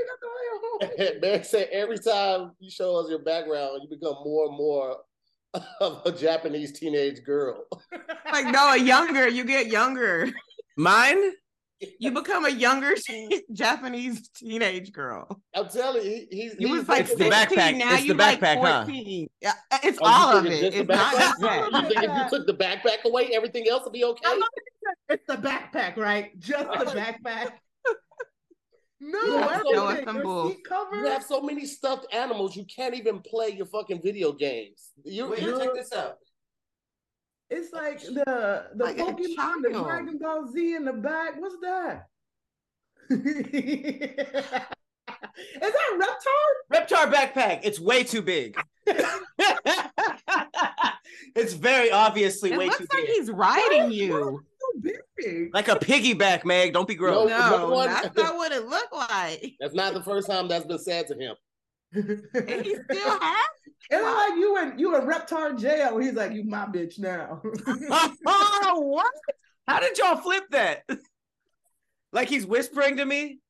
[SPEAKER 3] he got the
[SPEAKER 2] Man said every time you show us your background, you become more and more of a Japanese teenage girl.
[SPEAKER 1] Like, no, a younger, you get younger.
[SPEAKER 4] Mine?
[SPEAKER 1] You become a younger Japanese teenage girl.
[SPEAKER 2] I'm telling you, he, he,
[SPEAKER 1] You
[SPEAKER 2] he-
[SPEAKER 1] was like
[SPEAKER 4] It's
[SPEAKER 1] 16,
[SPEAKER 4] the back- backpack.
[SPEAKER 1] now
[SPEAKER 4] It's
[SPEAKER 1] you
[SPEAKER 4] the backpack, huh?
[SPEAKER 1] like 14. Yeah, uh, It's
[SPEAKER 2] Oh, you
[SPEAKER 1] all of
[SPEAKER 2] think
[SPEAKER 1] it.
[SPEAKER 2] it's
[SPEAKER 1] It's
[SPEAKER 2] just the
[SPEAKER 1] not just that.
[SPEAKER 3] backpack?
[SPEAKER 2] you think if you took the backpack away, everything else would be okay?
[SPEAKER 3] It's the backpack, right? Just the backpack. No,
[SPEAKER 2] You have
[SPEAKER 3] everything.
[SPEAKER 2] to-
[SPEAKER 1] Show us some
[SPEAKER 3] Your
[SPEAKER 1] boobs.
[SPEAKER 3] seat cover.
[SPEAKER 2] You have so many stuffed animals, you can't even play your fucking video games. You,
[SPEAKER 5] Wait,
[SPEAKER 2] you-
[SPEAKER 5] check this out.
[SPEAKER 3] It's like the the
[SPEAKER 1] Like a
[SPEAKER 3] Pokemon, the
[SPEAKER 1] child.
[SPEAKER 3] Dragon Ball Z in the back. What's that? Is that
[SPEAKER 4] Reptar backpack. It's way too big. it's very obviously
[SPEAKER 1] It
[SPEAKER 4] way
[SPEAKER 1] looks
[SPEAKER 4] too
[SPEAKER 1] like
[SPEAKER 4] big.
[SPEAKER 1] he's riding you.
[SPEAKER 3] Reptar? So big.
[SPEAKER 4] Like a piggyback, Meg. Don't be
[SPEAKER 1] No,
[SPEAKER 4] gross.
[SPEAKER 2] No, what one-
[SPEAKER 1] that's not what it looked like.
[SPEAKER 2] that's not the first time that's been said to him.
[SPEAKER 1] And he still has.
[SPEAKER 3] It's like you in you in Reptar jail. He's like, you my bitch now.
[SPEAKER 4] oh, what? How did y'all flip that? Like he's whispering to me?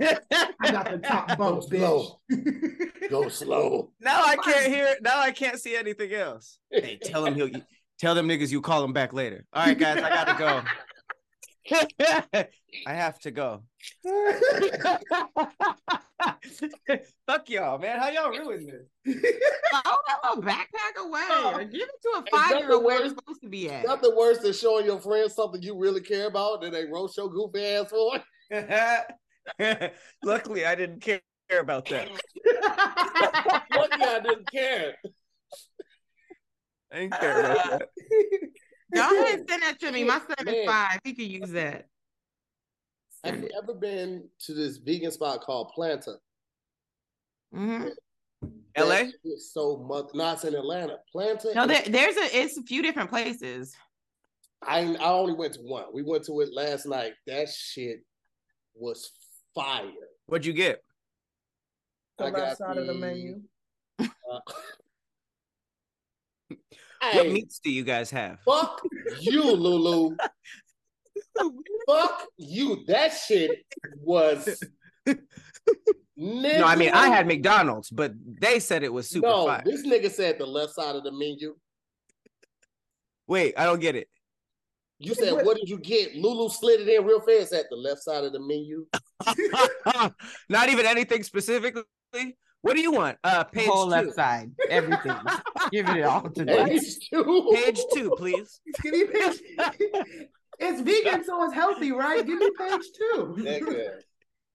[SPEAKER 3] I got the top
[SPEAKER 2] Go
[SPEAKER 3] bunk, bitch.
[SPEAKER 2] slow. Go slow.
[SPEAKER 4] Now I can't hear. Now I can't see anything else. Hey, tell him he'll tell them niggas you call him back later. All right, guys, I gotta go. I have to go. Fuck y'all, man. How y'all ruin this?
[SPEAKER 1] Throw that little backpack away or give it to a
[SPEAKER 2] nothing
[SPEAKER 1] five year old where it's
[SPEAKER 2] worse-
[SPEAKER 1] supposed to be at.
[SPEAKER 2] Nothing worse than showing your friends something you really care about that they roast your goofy ass for.
[SPEAKER 4] Luckily, I didn't care about that.
[SPEAKER 2] Lucky I didn't care.
[SPEAKER 4] I didn't care about that.
[SPEAKER 1] Go ahead and send that to me. My son
[SPEAKER 2] Man.
[SPEAKER 1] is five. He could use that.
[SPEAKER 2] Have
[SPEAKER 1] Send
[SPEAKER 2] you
[SPEAKER 1] it.
[SPEAKER 2] ever been to this vegan spot called Planta?
[SPEAKER 1] Mhm.
[SPEAKER 4] LA?
[SPEAKER 2] That shit is so much. No, it's in Atlanta. Planta.
[SPEAKER 1] No,
[SPEAKER 2] is-
[SPEAKER 1] there, there's a it's a few different places.
[SPEAKER 2] I I only went to one. We went to it last night. That shit was fire.
[SPEAKER 4] What'd you get?
[SPEAKER 3] the
[SPEAKER 2] I got
[SPEAKER 3] left side of the
[SPEAKER 2] the-
[SPEAKER 3] menu.
[SPEAKER 2] Uh,
[SPEAKER 4] What
[SPEAKER 2] hey,
[SPEAKER 4] meats do you guys have?
[SPEAKER 2] fuck you, Lulu. fuck you. That shit was.
[SPEAKER 4] No, I mean I had McDonald's, but they said it was super
[SPEAKER 2] no,
[SPEAKER 4] fire.
[SPEAKER 2] this nigga said the left side of the menu.
[SPEAKER 4] Wait, I don't get it.
[SPEAKER 2] You said,
[SPEAKER 3] What-
[SPEAKER 2] what did you get? Lulu slid it in real fast at the left side of the menu.
[SPEAKER 4] Not even anything specifically. What do you want? Uh,
[SPEAKER 1] The
[SPEAKER 4] page
[SPEAKER 1] whole
[SPEAKER 4] two.
[SPEAKER 1] left side, everything. Give it all to me.
[SPEAKER 2] Page two.
[SPEAKER 4] Page two, please.
[SPEAKER 3] Skinny bitch. it's vegan, so it's healthy, right? Give me page two.
[SPEAKER 2] Nigga.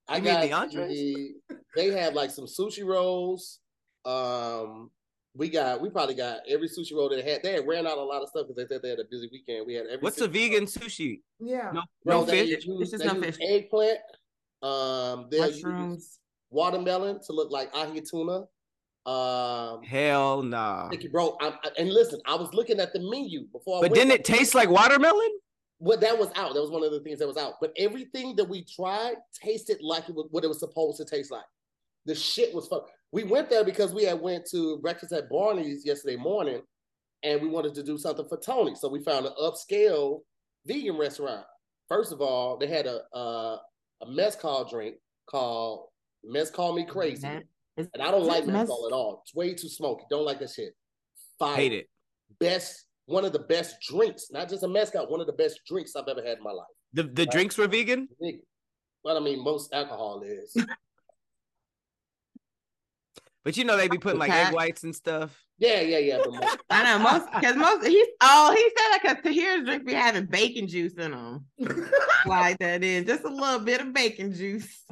[SPEAKER 2] I
[SPEAKER 4] You mean
[SPEAKER 2] got
[SPEAKER 4] the entrees?
[SPEAKER 2] the- they have like some sushi rolls. Um, we got we probably got every sushi roll they had. They had ran out a lot of stuff because they said they had a busy weekend. We had every.
[SPEAKER 4] What's a
[SPEAKER 2] sushi
[SPEAKER 4] vegan
[SPEAKER 2] roll.
[SPEAKER 4] sushi?
[SPEAKER 3] yeah.
[SPEAKER 4] No,
[SPEAKER 2] Bro,
[SPEAKER 4] no
[SPEAKER 2] they
[SPEAKER 4] fish.
[SPEAKER 2] use-
[SPEAKER 1] It's just
[SPEAKER 2] they
[SPEAKER 1] no
[SPEAKER 2] use
[SPEAKER 1] fish.
[SPEAKER 2] Eggplant. Um, they use
[SPEAKER 1] Mushrooms.
[SPEAKER 2] watermelon to look like ahi tuna. Um,
[SPEAKER 4] Hell nah.
[SPEAKER 2] Nicky, bro, I, I- and listen, I was looking at the menu before. I
[SPEAKER 4] But
[SPEAKER 2] went
[SPEAKER 4] didn't
[SPEAKER 2] there.
[SPEAKER 4] it taste like watermelon?
[SPEAKER 2] Well, that was out. That was one of the things that was out. But everything that we tried tasted like it was what it was supposed to taste like. The shit was fun. We went there because we had went to breakfast at Barney's yesterday morning, and we wanted to do something for Tony. So we found an upscale vegan restaurant. First of all, they had a a, a mezcal drink called Mezcal Me Crazy,
[SPEAKER 1] That is-
[SPEAKER 2] and I don't like
[SPEAKER 1] Mez-
[SPEAKER 2] mezcal at all. It's way too smoky. Don't like that shit. Fire
[SPEAKER 4] Hate it.
[SPEAKER 2] best one of the best drinks, not just a mascot, one of the best drinks I've ever had in my life.
[SPEAKER 4] The the drinks were vegan.
[SPEAKER 2] Nigga. Well, I mean, most alcohol is.
[SPEAKER 4] But you know they be putting like egg whites and stuff.
[SPEAKER 2] Yeah, yeah, yeah. But most,
[SPEAKER 1] I know most because most he's oh he said that because Tahir's drink be having bacon juice in them like that is just a little bit of bacon juice.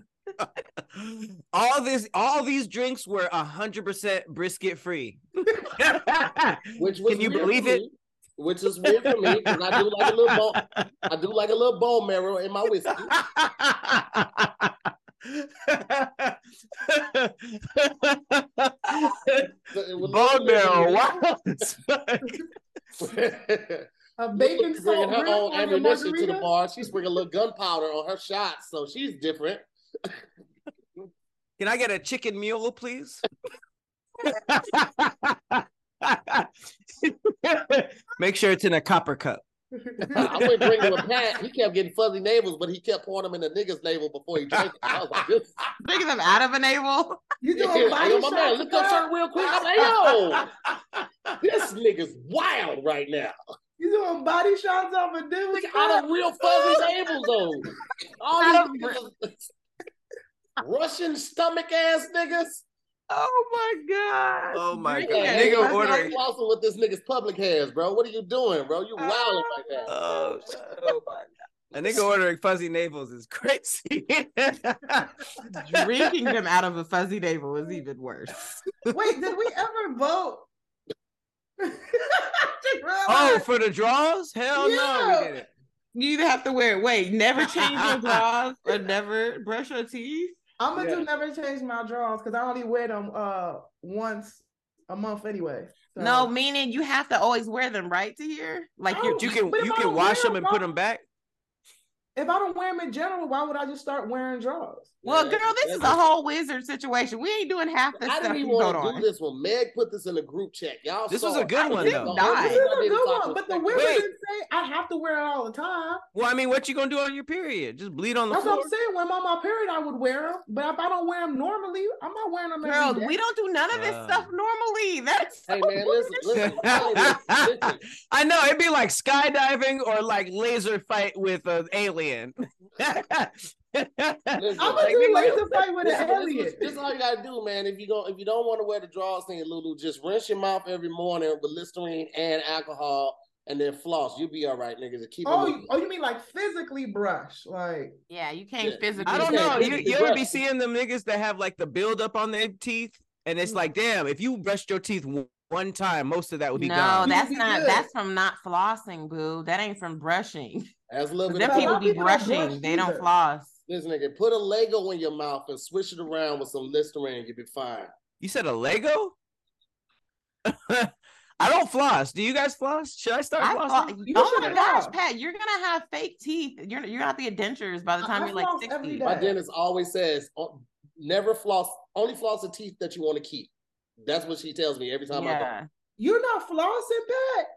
[SPEAKER 4] All this, all these drinks were hundred percent brisket free.
[SPEAKER 2] which was
[SPEAKER 4] Can you
[SPEAKER 2] weird
[SPEAKER 4] believe
[SPEAKER 2] for
[SPEAKER 4] it?
[SPEAKER 2] me, which is weird for me because I do like a little bone, I do like a little bone marrow in my whiskey. So it was a little-
[SPEAKER 4] Bone marrow, wow.
[SPEAKER 3] A bacon
[SPEAKER 2] She's bringing
[SPEAKER 3] salt
[SPEAKER 2] her
[SPEAKER 3] rib
[SPEAKER 2] own
[SPEAKER 3] on your
[SPEAKER 2] ammunition to the
[SPEAKER 3] margarita.
[SPEAKER 2] bar. She's bringing a little gunpowder on her shots, so she's different.
[SPEAKER 4] Can I get a chicken mule, please? Make sure it's in a copper cup.
[SPEAKER 2] I went drinking with Pat. He kept getting fuzzy navels, but he kept pouring them in the nigga's navel before he drank it. I was like, this
[SPEAKER 1] Drinking them out of a navel.
[SPEAKER 3] You
[SPEAKER 2] Yeah,
[SPEAKER 3] doing
[SPEAKER 2] hey, yo,
[SPEAKER 3] body
[SPEAKER 2] my man,
[SPEAKER 3] shots?
[SPEAKER 2] look up
[SPEAKER 3] Pat?
[SPEAKER 2] something real quick. I'm like, yo, this nigga's wild right now.
[SPEAKER 3] You doing body shots off a
[SPEAKER 1] Oh
[SPEAKER 3] dick?
[SPEAKER 2] Look out of real fuzzy tables on. All these niggas- Russian stomach ass niggas.
[SPEAKER 1] Oh my god.
[SPEAKER 4] Oh my
[SPEAKER 1] Drink
[SPEAKER 4] god,
[SPEAKER 1] it.
[SPEAKER 2] Hey,
[SPEAKER 4] nigga
[SPEAKER 2] that's
[SPEAKER 4] ordering.
[SPEAKER 2] like Flossing
[SPEAKER 1] Uh,
[SPEAKER 2] with this nigga's public hairs, bro. What are you doing, bro? You wilding right now.
[SPEAKER 4] Oh, oh my god. A nigga ordering fuzzy navels is crazy.
[SPEAKER 1] Drinking them out of a fuzzy navel is even worse.
[SPEAKER 3] Wait, did we ever vote?
[SPEAKER 4] oh, for the draws? Hell no, we
[SPEAKER 3] Yeah.
[SPEAKER 4] didn't.
[SPEAKER 1] You either have to wear wait, never change your bras or never brush your teeth.
[SPEAKER 3] I'm gonna
[SPEAKER 4] Yeah.
[SPEAKER 3] do never change my drawers because I only wear them uh once a month anyway. So-
[SPEAKER 1] No, meaning you have to always wear them, right? To here, like
[SPEAKER 3] Oh,
[SPEAKER 1] you're
[SPEAKER 4] You can
[SPEAKER 3] But if
[SPEAKER 4] you
[SPEAKER 3] I
[SPEAKER 4] can
[SPEAKER 3] don't wear
[SPEAKER 4] wash them and
[SPEAKER 3] them,
[SPEAKER 4] put
[SPEAKER 3] why-
[SPEAKER 4] them back.
[SPEAKER 3] if I don't wear them in general, why would I just start wearing drawers?
[SPEAKER 1] well,
[SPEAKER 2] Yeah,
[SPEAKER 1] girl. This is a
[SPEAKER 2] that's-
[SPEAKER 1] whole wizard situation. We ain't doing half the
[SPEAKER 2] I
[SPEAKER 1] stuff
[SPEAKER 2] didn't
[SPEAKER 1] you
[SPEAKER 2] even
[SPEAKER 1] got
[SPEAKER 2] want to
[SPEAKER 1] on.
[SPEAKER 2] do this one. Meg put this in the group chat. Y'all
[SPEAKER 4] This
[SPEAKER 2] saw
[SPEAKER 4] was a
[SPEAKER 2] it.
[SPEAKER 4] good
[SPEAKER 2] I
[SPEAKER 4] one,
[SPEAKER 2] did
[SPEAKER 4] though.
[SPEAKER 2] not.
[SPEAKER 1] Nah.
[SPEAKER 3] This
[SPEAKER 1] Right.
[SPEAKER 2] I
[SPEAKER 3] is a
[SPEAKER 2] didn't talk
[SPEAKER 3] good one,
[SPEAKER 2] about
[SPEAKER 3] but the
[SPEAKER 2] that.
[SPEAKER 3] women
[SPEAKER 4] Wait.
[SPEAKER 3] didn't say I have to wear it all the time.
[SPEAKER 4] Well, I mean, what you gonna do on your period? Just bleed on the
[SPEAKER 3] That's
[SPEAKER 4] floor.
[SPEAKER 3] what I'm saying. When I'm on my period, I would wear them, but if I don't wear them normally, I'm not wearing them.
[SPEAKER 1] Girl,
[SPEAKER 3] every day.
[SPEAKER 1] we don't do none of this
[SPEAKER 4] Um,
[SPEAKER 1] stuff normally. That's
[SPEAKER 2] Hey man, listen, listen, listen, listen.
[SPEAKER 4] I know it'd be like skydiving or like laser fight with an alien.
[SPEAKER 2] listen.
[SPEAKER 3] I'm
[SPEAKER 4] Like,
[SPEAKER 3] gonna
[SPEAKER 4] we
[SPEAKER 3] do
[SPEAKER 4] like-
[SPEAKER 3] laser fight with
[SPEAKER 2] Listen,
[SPEAKER 3] an
[SPEAKER 2] this, is-
[SPEAKER 3] alien.
[SPEAKER 2] this is all you gotta do, man. If you go, if you don't want to wear the drawers thing, Lulu, just rinse your mouth every morning with Listerine and alcohol, and then floss. You'll be all right, niggas. Just keep it
[SPEAKER 3] Oh,
[SPEAKER 2] moving.
[SPEAKER 3] you, oh, you mean like physically brush? Like
[SPEAKER 1] yeah. You can't
[SPEAKER 2] Yeah.
[SPEAKER 1] physically.
[SPEAKER 4] I don't
[SPEAKER 1] do
[SPEAKER 4] know.
[SPEAKER 1] that.
[SPEAKER 4] You, you ever be seeing them niggas that have like the buildup on their teeth, and it's like, damn, if you brushed your teeth w- one time, most of that would be
[SPEAKER 1] no,
[SPEAKER 4] gone.
[SPEAKER 3] You
[SPEAKER 1] that's
[SPEAKER 3] be
[SPEAKER 1] not.
[SPEAKER 3] good.
[SPEAKER 1] That's from not flossing, boo. That ain't from brushing.
[SPEAKER 2] As little bit
[SPEAKER 1] Them
[SPEAKER 2] of
[SPEAKER 3] lot
[SPEAKER 1] people
[SPEAKER 3] of
[SPEAKER 1] be
[SPEAKER 3] people don't brush
[SPEAKER 1] brushing. They don't
[SPEAKER 3] either.
[SPEAKER 1] floss.
[SPEAKER 2] this nigga, put a Lego in your mouth and swish it around with some Listerine. You'll be fine.
[SPEAKER 4] you said a Lego? I don't floss. Do you guys floss? Should I start
[SPEAKER 1] I
[SPEAKER 4] flossing?
[SPEAKER 1] floss.
[SPEAKER 3] You
[SPEAKER 1] Oh my
[SPEAKER 3] should
[SPEAKER 1] gosh,
[SPEAKER 3] floss.
[SPEAKER 1] Pat, you're gonna have fake teeth. You're you're gonna have to get dentures by the
[SPEAKER 3] I-
[SPEAKER 1] time
[SPEAKER 3] I
[SPEAKER 1] you're like
[SPEAKER 3] floss every
[SPEAKER 1] sixty.
[SPEAKER 3] day.
[SPEAKER 2] My
[SPEAKER 3] Yeah.
[SPEAKER 2] dentist always says, "Oh, never floss, only floss the teeth that you want to keep. That's what she tells me every time I go.
[SPEAKER 1] Yeah,
[SPEAKER 3] you're not flossing, Pat.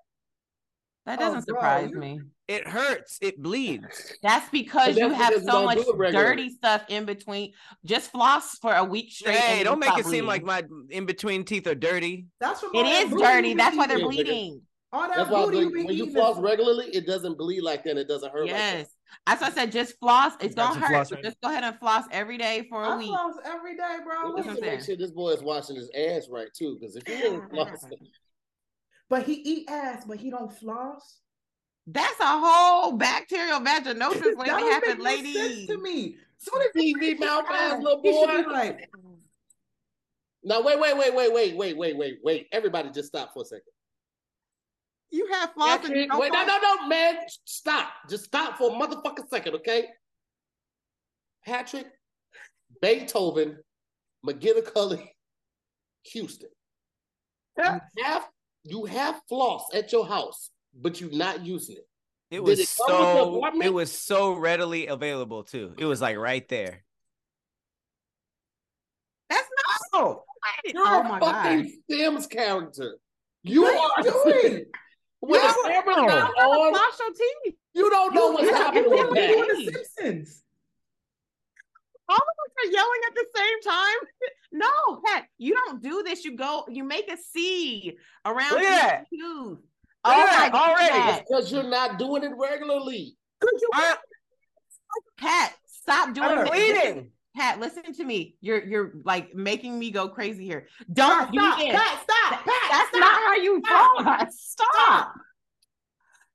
[SPEAKER 1] that
[SPEAKER 3] Oh,
[SPEAKER 1] doesn't
[SPEAKER 3] bro,
[SPEAKER 1] surprise
[SPEAKER 3] you-
[SPEAKER 1] me.
[SPEAKER 4] It hurts. It bleeds.
[SPEAKER 1] That's because
[SPEAKER 2] But
[SPEAKER 1] you
[SPEAKER 2] that's
[SPEAKER 1] have
[SPEAKER 2] because you
[SPEAKER 1] so
[SPEAKER 2] don't
[SPEAKER 1] much
[SPEAKER 2] do it regularly.
[SPEAKER 1] dirty stuff in between. Just floss for a week straight.
[SPEAKER 4] Hey,
[SPEAKER 1] and
[SPEAKER 4] don't
[SPEAKER 1] you'll
[SPEAKER 4] make it
[SPEAKER 1] stop
[SPEAKER 4] seem like
[SPEAKER 1] bleeding.
[SPEAKER 4] my in between teeth are dirty.
[SPEAKER 3] That's from all that
[SPEAKER 1] It is
[SPEAKER 3] booty
[SPEAKER 1] dirty.
[SPEAKER 3] you
[SPEAKER 1] That's why
[SPEAKER 3] be
[SPEAKER 1] they're
[SPEAKER 3] eating.
[SPEAKER 2] bleeding.
[SPEAKER 1] bleeding.
[SPEAKER 3] All that
[SPEAKER 2] That's why I
[SPEAKER 3] booty you
[SPEAKER 2] think
[SPEAKER 3] be
[SPEAKER 2] when you
[SPEAKER 3] eating.
[SPEAKER 2] floss
[SPEAKER 3] is-
[SPEAKER 2] regularly, it doesn't bleed like that. and It doesn't hurt like
[SPEAKER 1] Yes, that's why I said just floss. It's
[SPEAKER 4] Got
[SPEAKER 1] gonna
[SPEAKER 4] some
[SPEAKER 1] hurt.
[SPEAKER 4] floss
[SPEAKER 1] but
[SPEAKER 4] right
[SPEAKER 1] Just go ahead and floss every day for a
[SPEAKER 3] I
[SPEAKER 1] week.
[SPEAKER 3] floss every day,
[SPEAKER 2] that. We
[SPEAKER 3] bro.
[SPEAKER 2] need
[SPEAKER 1] Listen
[SPEAKER 2] to make
[SPEAKER 1] there.
[SPEAKER 2] sure this boy is washing his ass right too, because if he ain't flossing,
[SPEAKER 3] But he eat ass, but he don't floss.
[SPEAKER 1] That's a whole bacterial vaginosis
[SPEAKER 3] that
[SPEAKER 1] waiting to
[SPEAKER 3] don't make
[SPEAKER 1] happen,
[SPEAKER 3] no sense
[SPEAKER 1] ladies.
[SPEAKER 3] to me. Soon as
[SPEAKER 2] See,
[SPEAKER 3] he
[SPEAKER 2] me
[SPEAKER 3] eat
[SPEAKER 2] mouth ass
[SPEAKER 3] ass,
[SPEAKER 2] little
[SPEAKER 3] he should
[SPEAKER 2] boy.
[SPEAKER 3] be like,
[SPEAKER 2] Now wait, wait, wait, wait, wait, wait, wait, wait, wait. Everybody just stop for a second.
[SPEAKER 1] You have floss and you
[SPEAKER 2] Patrick,
[SPEAKER 1] don't
[SPEAKER 2] wait, no,
[SPEAKER 1] floss?
[SPEAKER 2] no, no, man. Stop. Just stop for a motherfucking second, okay? Patrick, Beethoven, McGillicuddy, Houston. You have you have floss at your house, but you're not using it.
[SPEAKER 4] It
[SPEAKER 2] Did
[SPEAKER 4] was
[SPEAKER 2] it come with the
[SPEAKER 4] so it
[SPEAKER 2] apartment?
[SPEAKER 4] was so readily available too. It was like right there.
[SPEAKER 1] That's
[SPEAKER 3] oh,
[SPEAKER 1] not.
[SPEAKER 2] You're
[SPEAKER 1] Oh
[SPEAKER 2] a
[SPEAKER 1] my
[SPEAKER 2] fucking
[SPEAKER 1] god.
[SPEAKER 2] Sims character. You are
[SPEAKER 3] what are you doing?
[SPEAKER 2] When the
[SPEAKER 1] You're-
[SPEAKER 2] camera's
[SPEAKER 4] you're
[SPEAKER 2] not on,
[SPEAKER 1] Floss your teeth.
[SPEAKER 2] you don't know what's
[SPEAKER 1] you're-
[SPEAKER 2] happening
[SPEAKER 1] you're doing
[SPEAKER 2] with that.
[SPEAKER 1] it.
[SPEAKER 3] doing the Simpsons.
[SPEAKER 1] all of us are yelling at the same time. No, Pat, you don't do this. You go, you make a C around
[SPEAKER 4] Look at
[SPEAKER 1] each tooth. Oh
[SPEAKER 4] Look at that,
[SPEAKER 1] God.
[SPEAKER 4] already.
[SPEAKER 2] Because you're not doing it regularly.
[SPEAKER 4] I'm
[SPEAKER 1] Pat, stop doing
[SPEAKER 4] I'm
[SPEAKER 1] this.
[SPEAKER 4] bleeding.
[SPEAKER 1] Pat, listen to me. You're you're like making me go crazy here. Don't do
[SPEAKER 3] Stop,
[SPEAKER 1] this.
[SPEAKER 3] Pat, stop, Pat,
[SPEAKER 1] That's
[SPEAKER 3] stop,
[SPEAKER 1] not how you talk.
[SPEAKER 3] Stop.
[SPEAKER 1] Stop.
[SPEAKER 3] stop.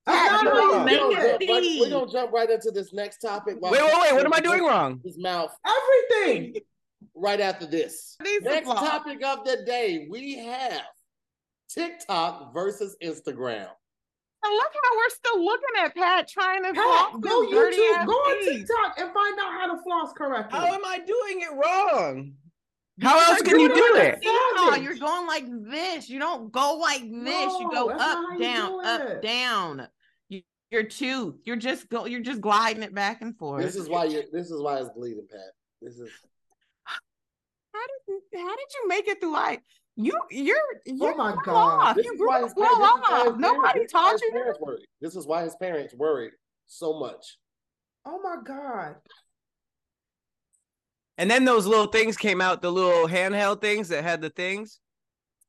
[SPEAKER 3] That's
[SPEAKER 1] Pat,
[SPEAKER 3] not
[SPEAKER 1] you
[SPEAKER 3] how
[SPEAKER 2] We're
[SPEAKER 3] you
[SPEAKER 1] make
[SPEAKER 3] do
[SPEAKER 1] it.
[SPEAKER 3] it.
[SPEAKER 2] going to jump right into this next topic.
[SPEAKER 4] Wait, wait, wait. What am I doing wrong?
[SPEAKER 2] His mouth
[SPEAKER 3] Everything.
[SPEAKER 2] right after this.
[SPEAKER 1] These
[SPEAKER 2] Next
[SPEAKER 1] applause.
[SPEAKER 2] topic of the day, we have TikTok versus Instagram.
[SPEAKER 1] And look how we're still looking at Pat trying to floss
[SPEAKER 3] Pat, go
[SPEAKER 1] his dirty
[SPEAKER 3] YouTube,
[SPEAKER 1] ass Oh,
[SPEAKER 3] go on
[SPEAKER 1] teeth.
[SPEAKER 3] TikTok and find out how to floss correctly.
[SPEAKER 4] I doing it wrong? How else
[SPEAKER 3] are
[SPEAKER 4] can
[SPEAKER 3] doing
[SPEAKER 4] you
[SPEAKER 3] it
[SPEAKER 4] do
[SPEAKER 3] with
[SPEAKER 4] it?
[SPEAKER 3] a
[SPEAKER 1] seesaw.
[SPEAKER 3] Savage.
[SPEAKER 1] You're going like this. You don't go like this. you go
[SPEAKER 3] No, that's not how
[SPEAKER 1] up,
[SPEAKER 3] you
[SPEAKER 1] down,
[SPEAKER 3] do
[SPEAKER 1] up,
[SPEAKER 3] it.
[SPEAKER 1] down. You, your tooth. You're just go. You're just gliding it back and forth.
[SPEAKER 2] This is why you this is why it's bleeding, Pat. This is
[SPEAKER 1] how did how did you make it through life? You you're you
[SPEAKER 3] Oh my
[SPEAKER 1] grew
[SPEAKER 3] God.
[SPEAKER 1] off.
[SPEAKER 2] this
[SPEAKER 1] You
[SPEAKER 2] is
[SPEAKER 1] grew
[SPEAKER 2] why
[SPEAKER 1] up
[SPEAKER 2] his pa-
[SPEAKER 1] well
[SPEAKER 2] this is why
[SPEAKER 1] off.
[SPEAKER 2] his
[SPEAKER 1] Nobody
[SPEAKER 2] parents- this is why
[SPEAKER 1] taught
[SPEAKER 2] his
[SPEAKER 1] you.
[SPEAKER 2] parents worried. This is why his parents worried so much.
[SPEAKER 3] Oh my God.
[SPEAKER 4] And then those little things came out, the little handheld things that had the things,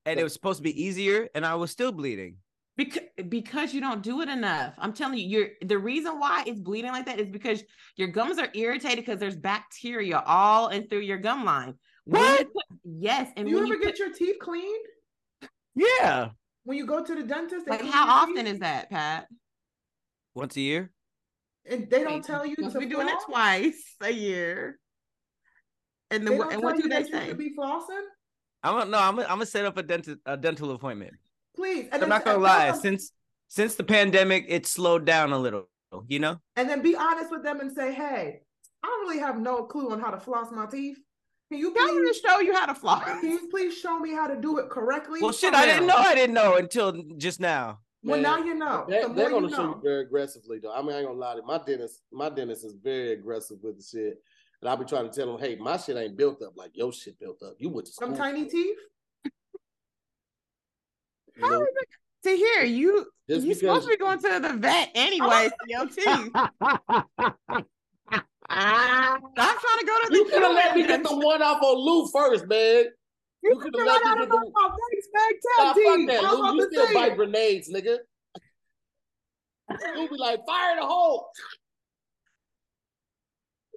[SPEAKER 4] and it was supposed to be easier, and I was still bleeding.
[SPEAKER 1] because because you don't do it enough i'm telling you you're the reason why it's bleeding like that is because your gums are irritated because there's bacteria all and through your gum line When you
[SPEAKER 4] What?
[SPEAKER 1] put- yes and
[SPEAKER 3] Do you
[SPEAKER 1] when
[SPEAKER 3] ever
[SPEAKER 1] you
[SPEAKER 3] get your teeth cleaned?
[SPEAKER 4] Yeah.
[SPEAKER 3] When you go to the dentist?
[SPEAKER 1] put,
[SPEAKER 3] they
[SPEAKER 1] like
[SPEAKER 3] clean
[SPEAKER 1] how
[SPEAKER 3] your
[SPEAKER 1] often
[SPEAKER 3] teeth?
[SPEAKER 1] is that pat
[SPEAKER 4] Once a year.
[SPEAKER 3] And they don't
[SPEAKER 1] Wait,
[SPEAKER 3] tell you
[SPEAKER 1] Because
[SPEAKER 3] to
[SPEAKER 1] we're doing it
[SPEAKER 3] floss?
[SPEAKER 1] twice a year. And
[SPEAKER 3] They
[SPEAKER 1] then
[SPEAKER 3] don't
[SPEAKER 1] what? And what
[SPEAKER 3] tell
[SPEAKER 1] do
[SPEAKER 3] you
[SPEAKER 1] they
[SPEAKER 3] that you
[SPEAKER 1] say?
[SPEAKER 3] should be flossing?
[SPEAKER 4] I'm gonna no, I'm gonna, I'm gonna set up a dental a dental appointment.
[SPEAKER 3] Please. And
[SPEAKER 4] I'm
[SPEAKER 3] then-
[SPEAKER 4] not gonna
[SPEAKER 3] and
[SPEAKER 4] lie.
[SPEAKER 3] tell them-
[SPEAKER 4] Since since the pandemic, it slowed down a little. You know,
[SPEAKER 3] and then be honest with them and say, hey, I don't really have no clue on how to floss my teeth. Can you
[SPEAKER 1] Y'all
[SPEAKER 3] please,
[SPEAKER 1] want to show you how to floss?
[SPEAKER 3] can you please show me how to do it correctly?
[SPEAKER 4] well, shit,
[SPEAKER 3] Come
[SPEAKER 4] I didn't know.
[SPEAKER 3] now.
[SPEAKER 4] I didn't know until just now.
[SPEAKER 3] Well,
[SPEAKER 2] Man,
[SPEAKER 3] now you know.
[SPEAKER 2] They,
[SPEAKER 3] the
[SPEAKER 2] they're
[SPEAKER 3] more
[SPEAKER 2] gonna
[SPEAKER 3] you
[SPEAKER 2] show you
[SPEAKER 3] know.
[SPEAKER 2] very aggressively though. I mean, I ain't gonna lie to you. My dentist, my dentist is very aggressive with the shit. And I'll be trying to tell him, hey, my shit ain't built up like your shit built up. You went to school.
[SPEAKER 3] Some
[SPEAKER 2] for
[SPEAKER 3] tiny
[SPEAKER 2] it."
[SPEAKER 3] teeth.
[SPEAKER 2] You know,
[SPEAKER 1] How is it- to hear you,
[SPEAKER 2] Just Oh.
[SPEAKER 1] you supposed
[SPEAKER 2] because-
[SPEAKER 1] to be going to the vet anyway. for your teeth. I'm trying to go to the
[SPEAKER 2] You could have let me get the one off on Lou first, man. You could have let me get the
[SPEAKER 3] my race back
[SPEAKER 2] Nah, fuck
[SPEAKER 3] teeth.
[SPEAKER 2] that,
[SPEAKER 3] I was
[SPEAKER 2] Lou. You
[SPEAKER 3] about to
[SPEAKER 2] still
[SPEAKER 3] say
[SPEAKER 2] buy
[SPEAKER 3] it.
[SPEAKER 2] grenades, nigga. Lou be like, fire the hole.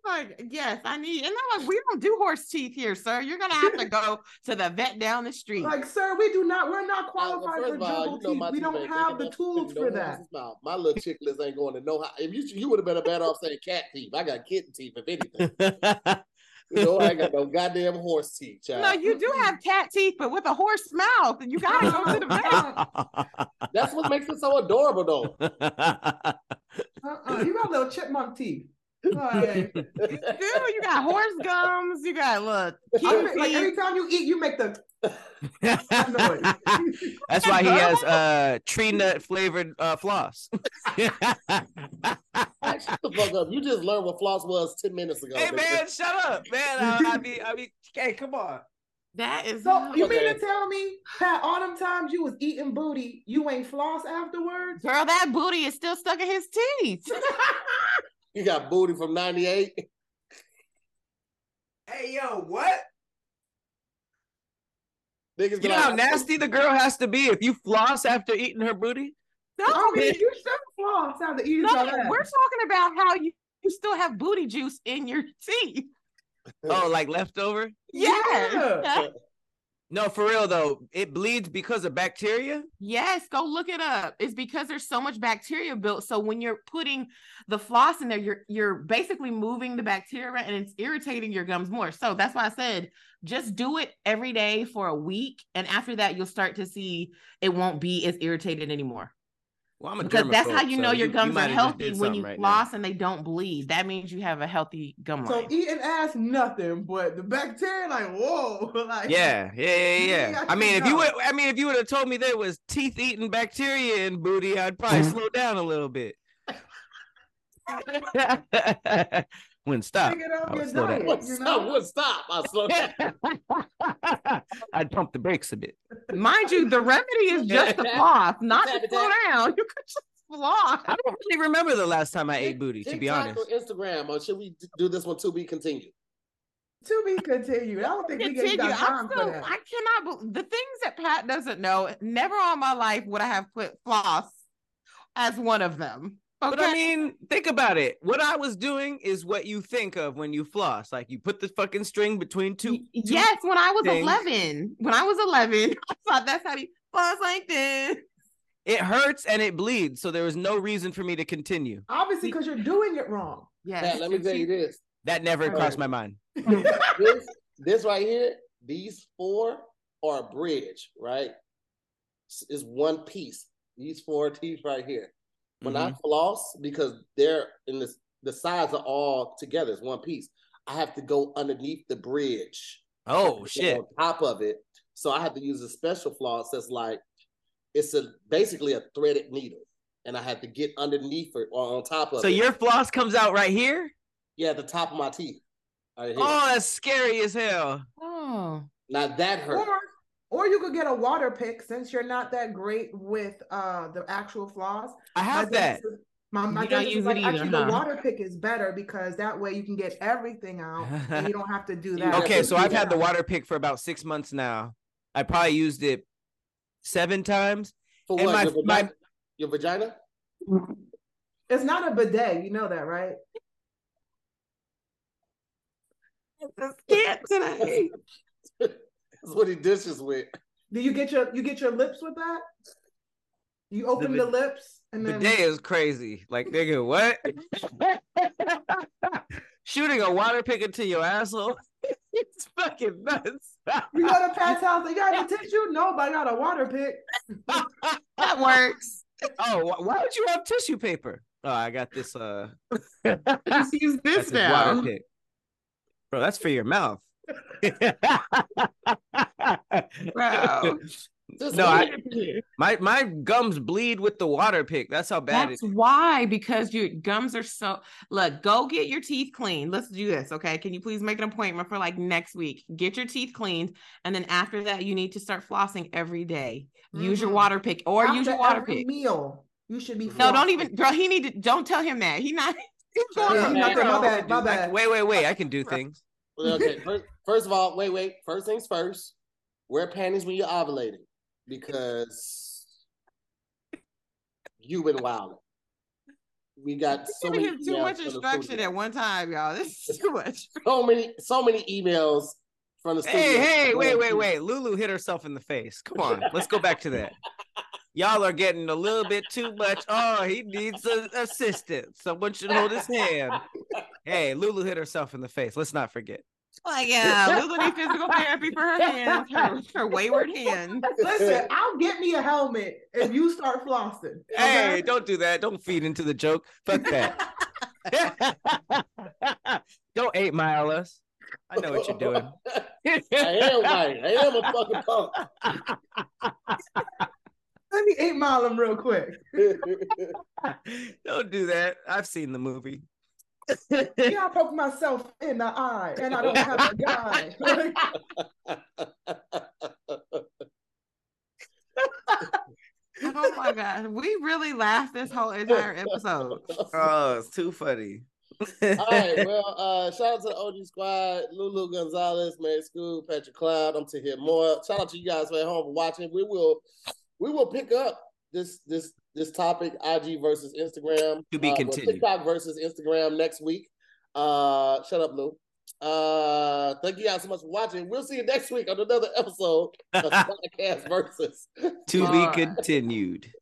[SPEAKER 1] like, yes, I need. And they're like, we don't do horse teeth here, sir. You're gonna have to go to the vet down the street.
[SPEAKER 3] Like, sir, we do not. We're not
[SPEAKER 2] Now, well,
[SPEAKER 3] qualified
[SPEAKER 2] first
[SPEAKER 3] for
[SPEAKER 2] of all,
[SPEAKER 3] jumbo
[SPEAKER 2] you know my
[SPEAKER 3] teeth. We
[SPEAKER 2] teeth
[SPEAKER 3] don't
[SPEAKER 2] ain't
[SPEAKER 3] have
[SPEAKER 2] big
[SPEAKER 3] the
[SPEAKER 2] enough to
[SPEAKER 3] tools
[SPEAKER 2] fit in
[SPEAKER 3] for
[SPEAKER 2] no
[SPEAKER 3] that.
[SPEAKER 2] horse's mouth. My little chick list ain't going to know how. If you you would have been better off saying cat teeth. I got kitten teeth, if anything. You know, I ain't got no goddamn horse teeth, child.
[SPEAKER 1] no, you do have cat teeth, but with a horse mouth, and you gotta go to the vet.
[SPEAKER 2] That's what makes it so adorable, though.
[SPEAKER 3] Uh-uh. You got little chipmunk teeth. Oh, Like,
[SPEAKER 1] Dude, you got horse gums, you got look.
[SPEAKER 3] I make- like
[SPEAKER 1] teeth.
[SPEAKER 3] every time you eat, you make the noise.
[SPEAKER 4] That's why he has uh tree nut flavored uh floss. hey
[SPEAKER 2] Like, Shut the fuck up. You just learned what floss was 10 minutes ago. nigga.
[SPEAKER 4] man, shut up, man. I, I be I be hey, come on.
[SPEAKER 1] That is
[SPEAKER 3] So you mean
[SPEAKER 2] Okay.
[SPEAKER 3] to tell me, Pat? All them times you was eating booty, you ain't floss afterwards?
[SPEAKER 1] girl, that booty is still stuck in his teeth.
[SPEAKER 2] You got booty from 98.
[SPEAKER 4] Hey yo, what?
[SPEAKER 2] Niggas be
[SPEAKER 4] You know
[SPEAKER 2] like,
[SPEAKER 4] how nasty the girl has to be if you floss after eating her booty?
[SPEAKER 1] No,
[SPEAKER 3] I mean, you should floss after eating.
[SPEAKER 1] no,
[SPEAKER 3] all that.
[SPEAKER 1] we're talking about how you, you still have booty juice in your teeth.
[SPEAKER 4] Oh, like leftover?
[SPEAKER 1] Yes.
[SPEAKER 3] Yeah.
[SPEAKER 4] No, for real though, it bleeds because of bacteria.
[SPEAKER 1] Yes, go look it up. It's because there's so much bacteria built. So when you're putting the floss in there, you're you're basically moving the bacteria and it's irritating your gums more. So that's why I said just do it every day for a week, and after that, you'll start to see it won't be as irritated anymore.
[SPEAKER 4] Well, I'm a
[SPEAKER 1] Because that's how
[SPEAKER 4] dermaphobe,
[SPEAKER 1] you
[SPEAKER 4] so
[SPEAKER 1] know your gums
[SPEAKER 4] might
[SPEAKER 1] are
[SPEAKER 4] have just
[SPEAKER 1] healthy
[SPEAKER 4] did
[SPEAKER 1] when
[SPEAKER 4] something
[SPEAKER 1] you
[SPEAKER 4] right now.
[SPEAKER 1] floss and they don't bleed. That means you have a healthy gum
[SPEAKER 3] So
[SPEAKER 1] line.
[SPEAKER 3] eating ass, nothing, but the bacteria, like whoa, like
[SPEAKER 4] Yeah, yeah,
[SPEAKER 3] You
[SPEAKER 4] yeah, yeah.
[SPEAKER 3] got
[SPEAKER 4] I mean,
[SPEAKER 3] to
[SPEAKER 4] if you
[SPEAKER 3] know.
[SPEAKER 4] would, I mean, if you would have told me there was teeth eating bacteria in booty, I'd probably slow down a little bit. Wouldn't stop.
[SPEAKER 3] Take it off
[SPEAKER 4] I
[SPEAKER 3] your
[SPEAKER 4] would slow down.
[SPEAKER 3] diet,
[SPEAKER 2] What's
[SPEAKER 3] you
[SPEAKER 2] up?
[SPEAKER 3] know.
[SPEAKER 2] What's stop? I slow down.
[SPEAKER 4] I'd pump the brakes a bit.
[SPEAKER 1] Mind you, the remedy is just the floss, not to slow down. You could just floss.
[SPEAKER 4] I don't really remember the last time I ate booty, to be
[SPEAKER 2] TikTok
[SPEAKER 4] honest.
[SPEAKER 2] or Instagram, or should we do this one too? Be continued.
[SPEAKER 3] To be continued. I don't think we
[SPEAKER 1] continue.
[SPEAKER 3] get got
[SPEAKER 1] I'm
[SPEAKER 3] time
[SPEAKER 1] still,
[SPEAKER 3] for
[SPEAKER 1] I
[SPEAKER 3] that.
[SPEAKER 1] cannot believe the things that Pat doesn't know. Never on my life would I have put floss as one of them. Okay.
[SPEAKER 4] But I mean, think about it. What I was doing is what you think of when you floss. Like you put the fucking string between two. two-
[SPEAKER 1] Y- yes, when I was
[SPEAKER 4] things.
[SPEAKER 1] 11, when I was 11, I thought that's how you floss like this.
[SPEAKER 4] It hurts and it bleeds, so there was no reason for me to continue.
[SPEAKER 3] Obviously, because you're doing it wrong.
[SPEAKER 1] Yes.
[SPEAKER 2] Pat, let me tell you this.
[SPEAKER 4] That never
[SPEAKER 3] Right.
[SPEAKER 4] crossed my mind.
[SPEAKER 2] this. This right here, these four are a bridge, right? It's- It's one piece. These four teeth right here. When
[SPEAKER 4] Mm-hmm.
[SPEAKER 2] I floss, because they're in this, the sides are all together. It's one piece. I have to go underneath the bridge.
[SPEAKER 4] Oh
[SPEAKER 2] put
[SPEAKER 4] shit.
[SPEAKER 2] on top of it. So I have to use a special floss that's like it's a basically a threaded needle, and I have to get underneath it or on top of
[SPEAKER 4] So
[SPEAKER 2] it.
[SPEAKER 4] your floss comes out right here?
[SPEAKER 2] yeah, at the top of my teeth. Right here.
[SPEAKER 4] Oh, that's scary as hell.
[SPEAKER 1] Oh.
[SPEAKER 2] Now that hurt.
[SPEAKER 3] Or or you could get a water pick since you're not that great with uh the actual floss.
[SPEAKER 4] I have that.
[SPEAKER 3] My, my
[SPEAKER 1] You don't
[SPEAKER 3] dentist
[SPEAKER 1] use
[SPEAKER 3] is
[SPEAKER 1] it
[SPEAKER 3] like,
[SPEAKER 1] either,
[SPEAKER 3] actually,
[SPEAKER 1] huh?
[SPEAKER 3] the water pick is better because that way you can get everything out and you don't have to do that.
[SPEAKER 4] Okay, so I've had the
[SPEAKER 3] Yeah.
[SPEAKER 4] water pick for about six months now. I probably used it seven times.
[SPEAKER 2] For
[SPEAKER 4] and
[SPEAKER 2] what?
[SPEAKER 4] my-
[SPEAKER 2] your,
[SPEAKER 4] my-
[SPEAKER 2] vagina? your vagina?
[SPEAKER 3] It's not a bidet, you know that, right?
[SPEAKER 1] Just can't today.
[SPEAKER 2] That's what he dishes with.
[SPEAKER 3] Do you get your you get your lips with that? You open
[SPEAKER 4] The
[SPEAKER 3] the, lips and
[SPEAKER 4] The
[SPEAKER 3] then
[SPEAKER 4] day is crazy. Like, nigga, what? Shooting a water pick into your asshole? it's fucking nuts.
[SPEAKER 3] you go to Pat's house. They got a tissue? No, but I got a water pick.
[SPEAKER 1] That works.
[SPEAKER 4] oh, wh- why would you have tissue paper? Oh, I got this. Uh,
[SPEAKER 1] Let's use
[SPEAKER 4] got
[SPEAKER 1] this
[SPEAKER 4] this water
[SPEAKER 1] now.
[SPEAKER 4] pick. Bro, that's for your mouth.
[SPEAKER 1] Bro.
[SPEAKER 2] Just
[SPEAKER 4] No, I-
[SPEAKER 2] leave.
[SPEAKER 4] my my gums bleed with the water pick. That's how bad it
[SPEAKER 1] That's why, because your gums are so. Look, go get your teeth cleaned. Let's do this, okay? Can you please make an appointment for like next week? Get your teeth cleaned, and then after that, you need to start flossing every day. Use your
[SPEAKER 2] Mm-hmm.
[SPEAKER 3] Mhm.
[SPEAKER 1] water pick or use
[SPEAKER 3] After
[SPEAKER 1] your water
[SPEAKER 3] every
[SPEAKER 1] pick.
[SPEAKER 3] meal. You should be.
[SPEAKER 1] No, don't
[SPEAKER 3] flossing.
[SPEAKER 1] even, girl. He need to. Don't tell him that. He not. He's going
[SPEAKER 3] Yeah,
[SPEAKER 1] on
[SPEAKER 3] he not there.
[SPEAKER 1] zero.
[SPEAKER 3] My bad. My
[SPEAKER 4] Like,
[SPEAKER 3] bad.
[SPEAKER 4] wait, wait, wait. I can do things.
[SPEAKER 2] Well, okay, first, first of all, wait, wait. First things first, wear panties when you're ovulating because you've been wilding. We got so
[SPEAKER 1] Giving
[SPEAKER 2] many
[SPEAKER 1] him too
[SPEAKER 2] emails
[SPEAKER 1] much
[SPEAKER 2] from the studio.
[SPEAKER 1] instruction at one time, y'all. This is too much.
[SPEAKER 2] So many, so many emails from the
[SPEAKER 4] Hey,
[SPEAKER 2] studio.
[SPEAKER 4] hey, wait, wait, wait. Lulu hit herself in the face. Come on, let's go back to that. Y'all are getting a little bit too much. Oh, he needs a, assistance. Someone should hold his hand. Hey, Lulu hit herself in the face. Let's not forget.
[SPEAKER 1] Like, yeah, Lulu need physical therapy for her hands, her, her wayward hands.
[SPEAKER 3] Listen, I'll get me a helmet if you start flossing.
[SPEAKER 4] Hey,
[SPEAKER 3] okay?
[SPEAKER 4] don't do that. Don't feed into the joke. Fuck that. don't eight mile us. I know what you're doing.
[SPEAKER 2] I am right. I am a fucking punk.
[SPEAKER 3] let me eight mile him real quick.
[SPEAKER 4] don't do that. I've seen the movie.
[SPEAKER 3] Yeah, I poke myself in the eye, and I don't have a guy. Like,
[SPEAKER 1] Oh my god, we really laughed this whole entire episode.
[SPEAKER 4] Oh, it's too funny.
[SPEAKER 2] All right, well, uh, shout out to the OG squad, Lulu Gonzalez, Mary School, Patrick Cloud. I'm to hear more. Shout out to you guys for at home for watching. We will, we will pick up this this this topic: IG versus Instagram. Uh,
[SPEAKER 4] To be
[SPEAKER 2] well,
[SPEAKER 4] continued.
[SPEAKER 2] TikTok versus Instagram next week. Uh, shut up, Lou. Uh, thank you guys so much for watching. We'll see you next week on another episode of Podcast Versus.
[SPEAKER 4] to be continued.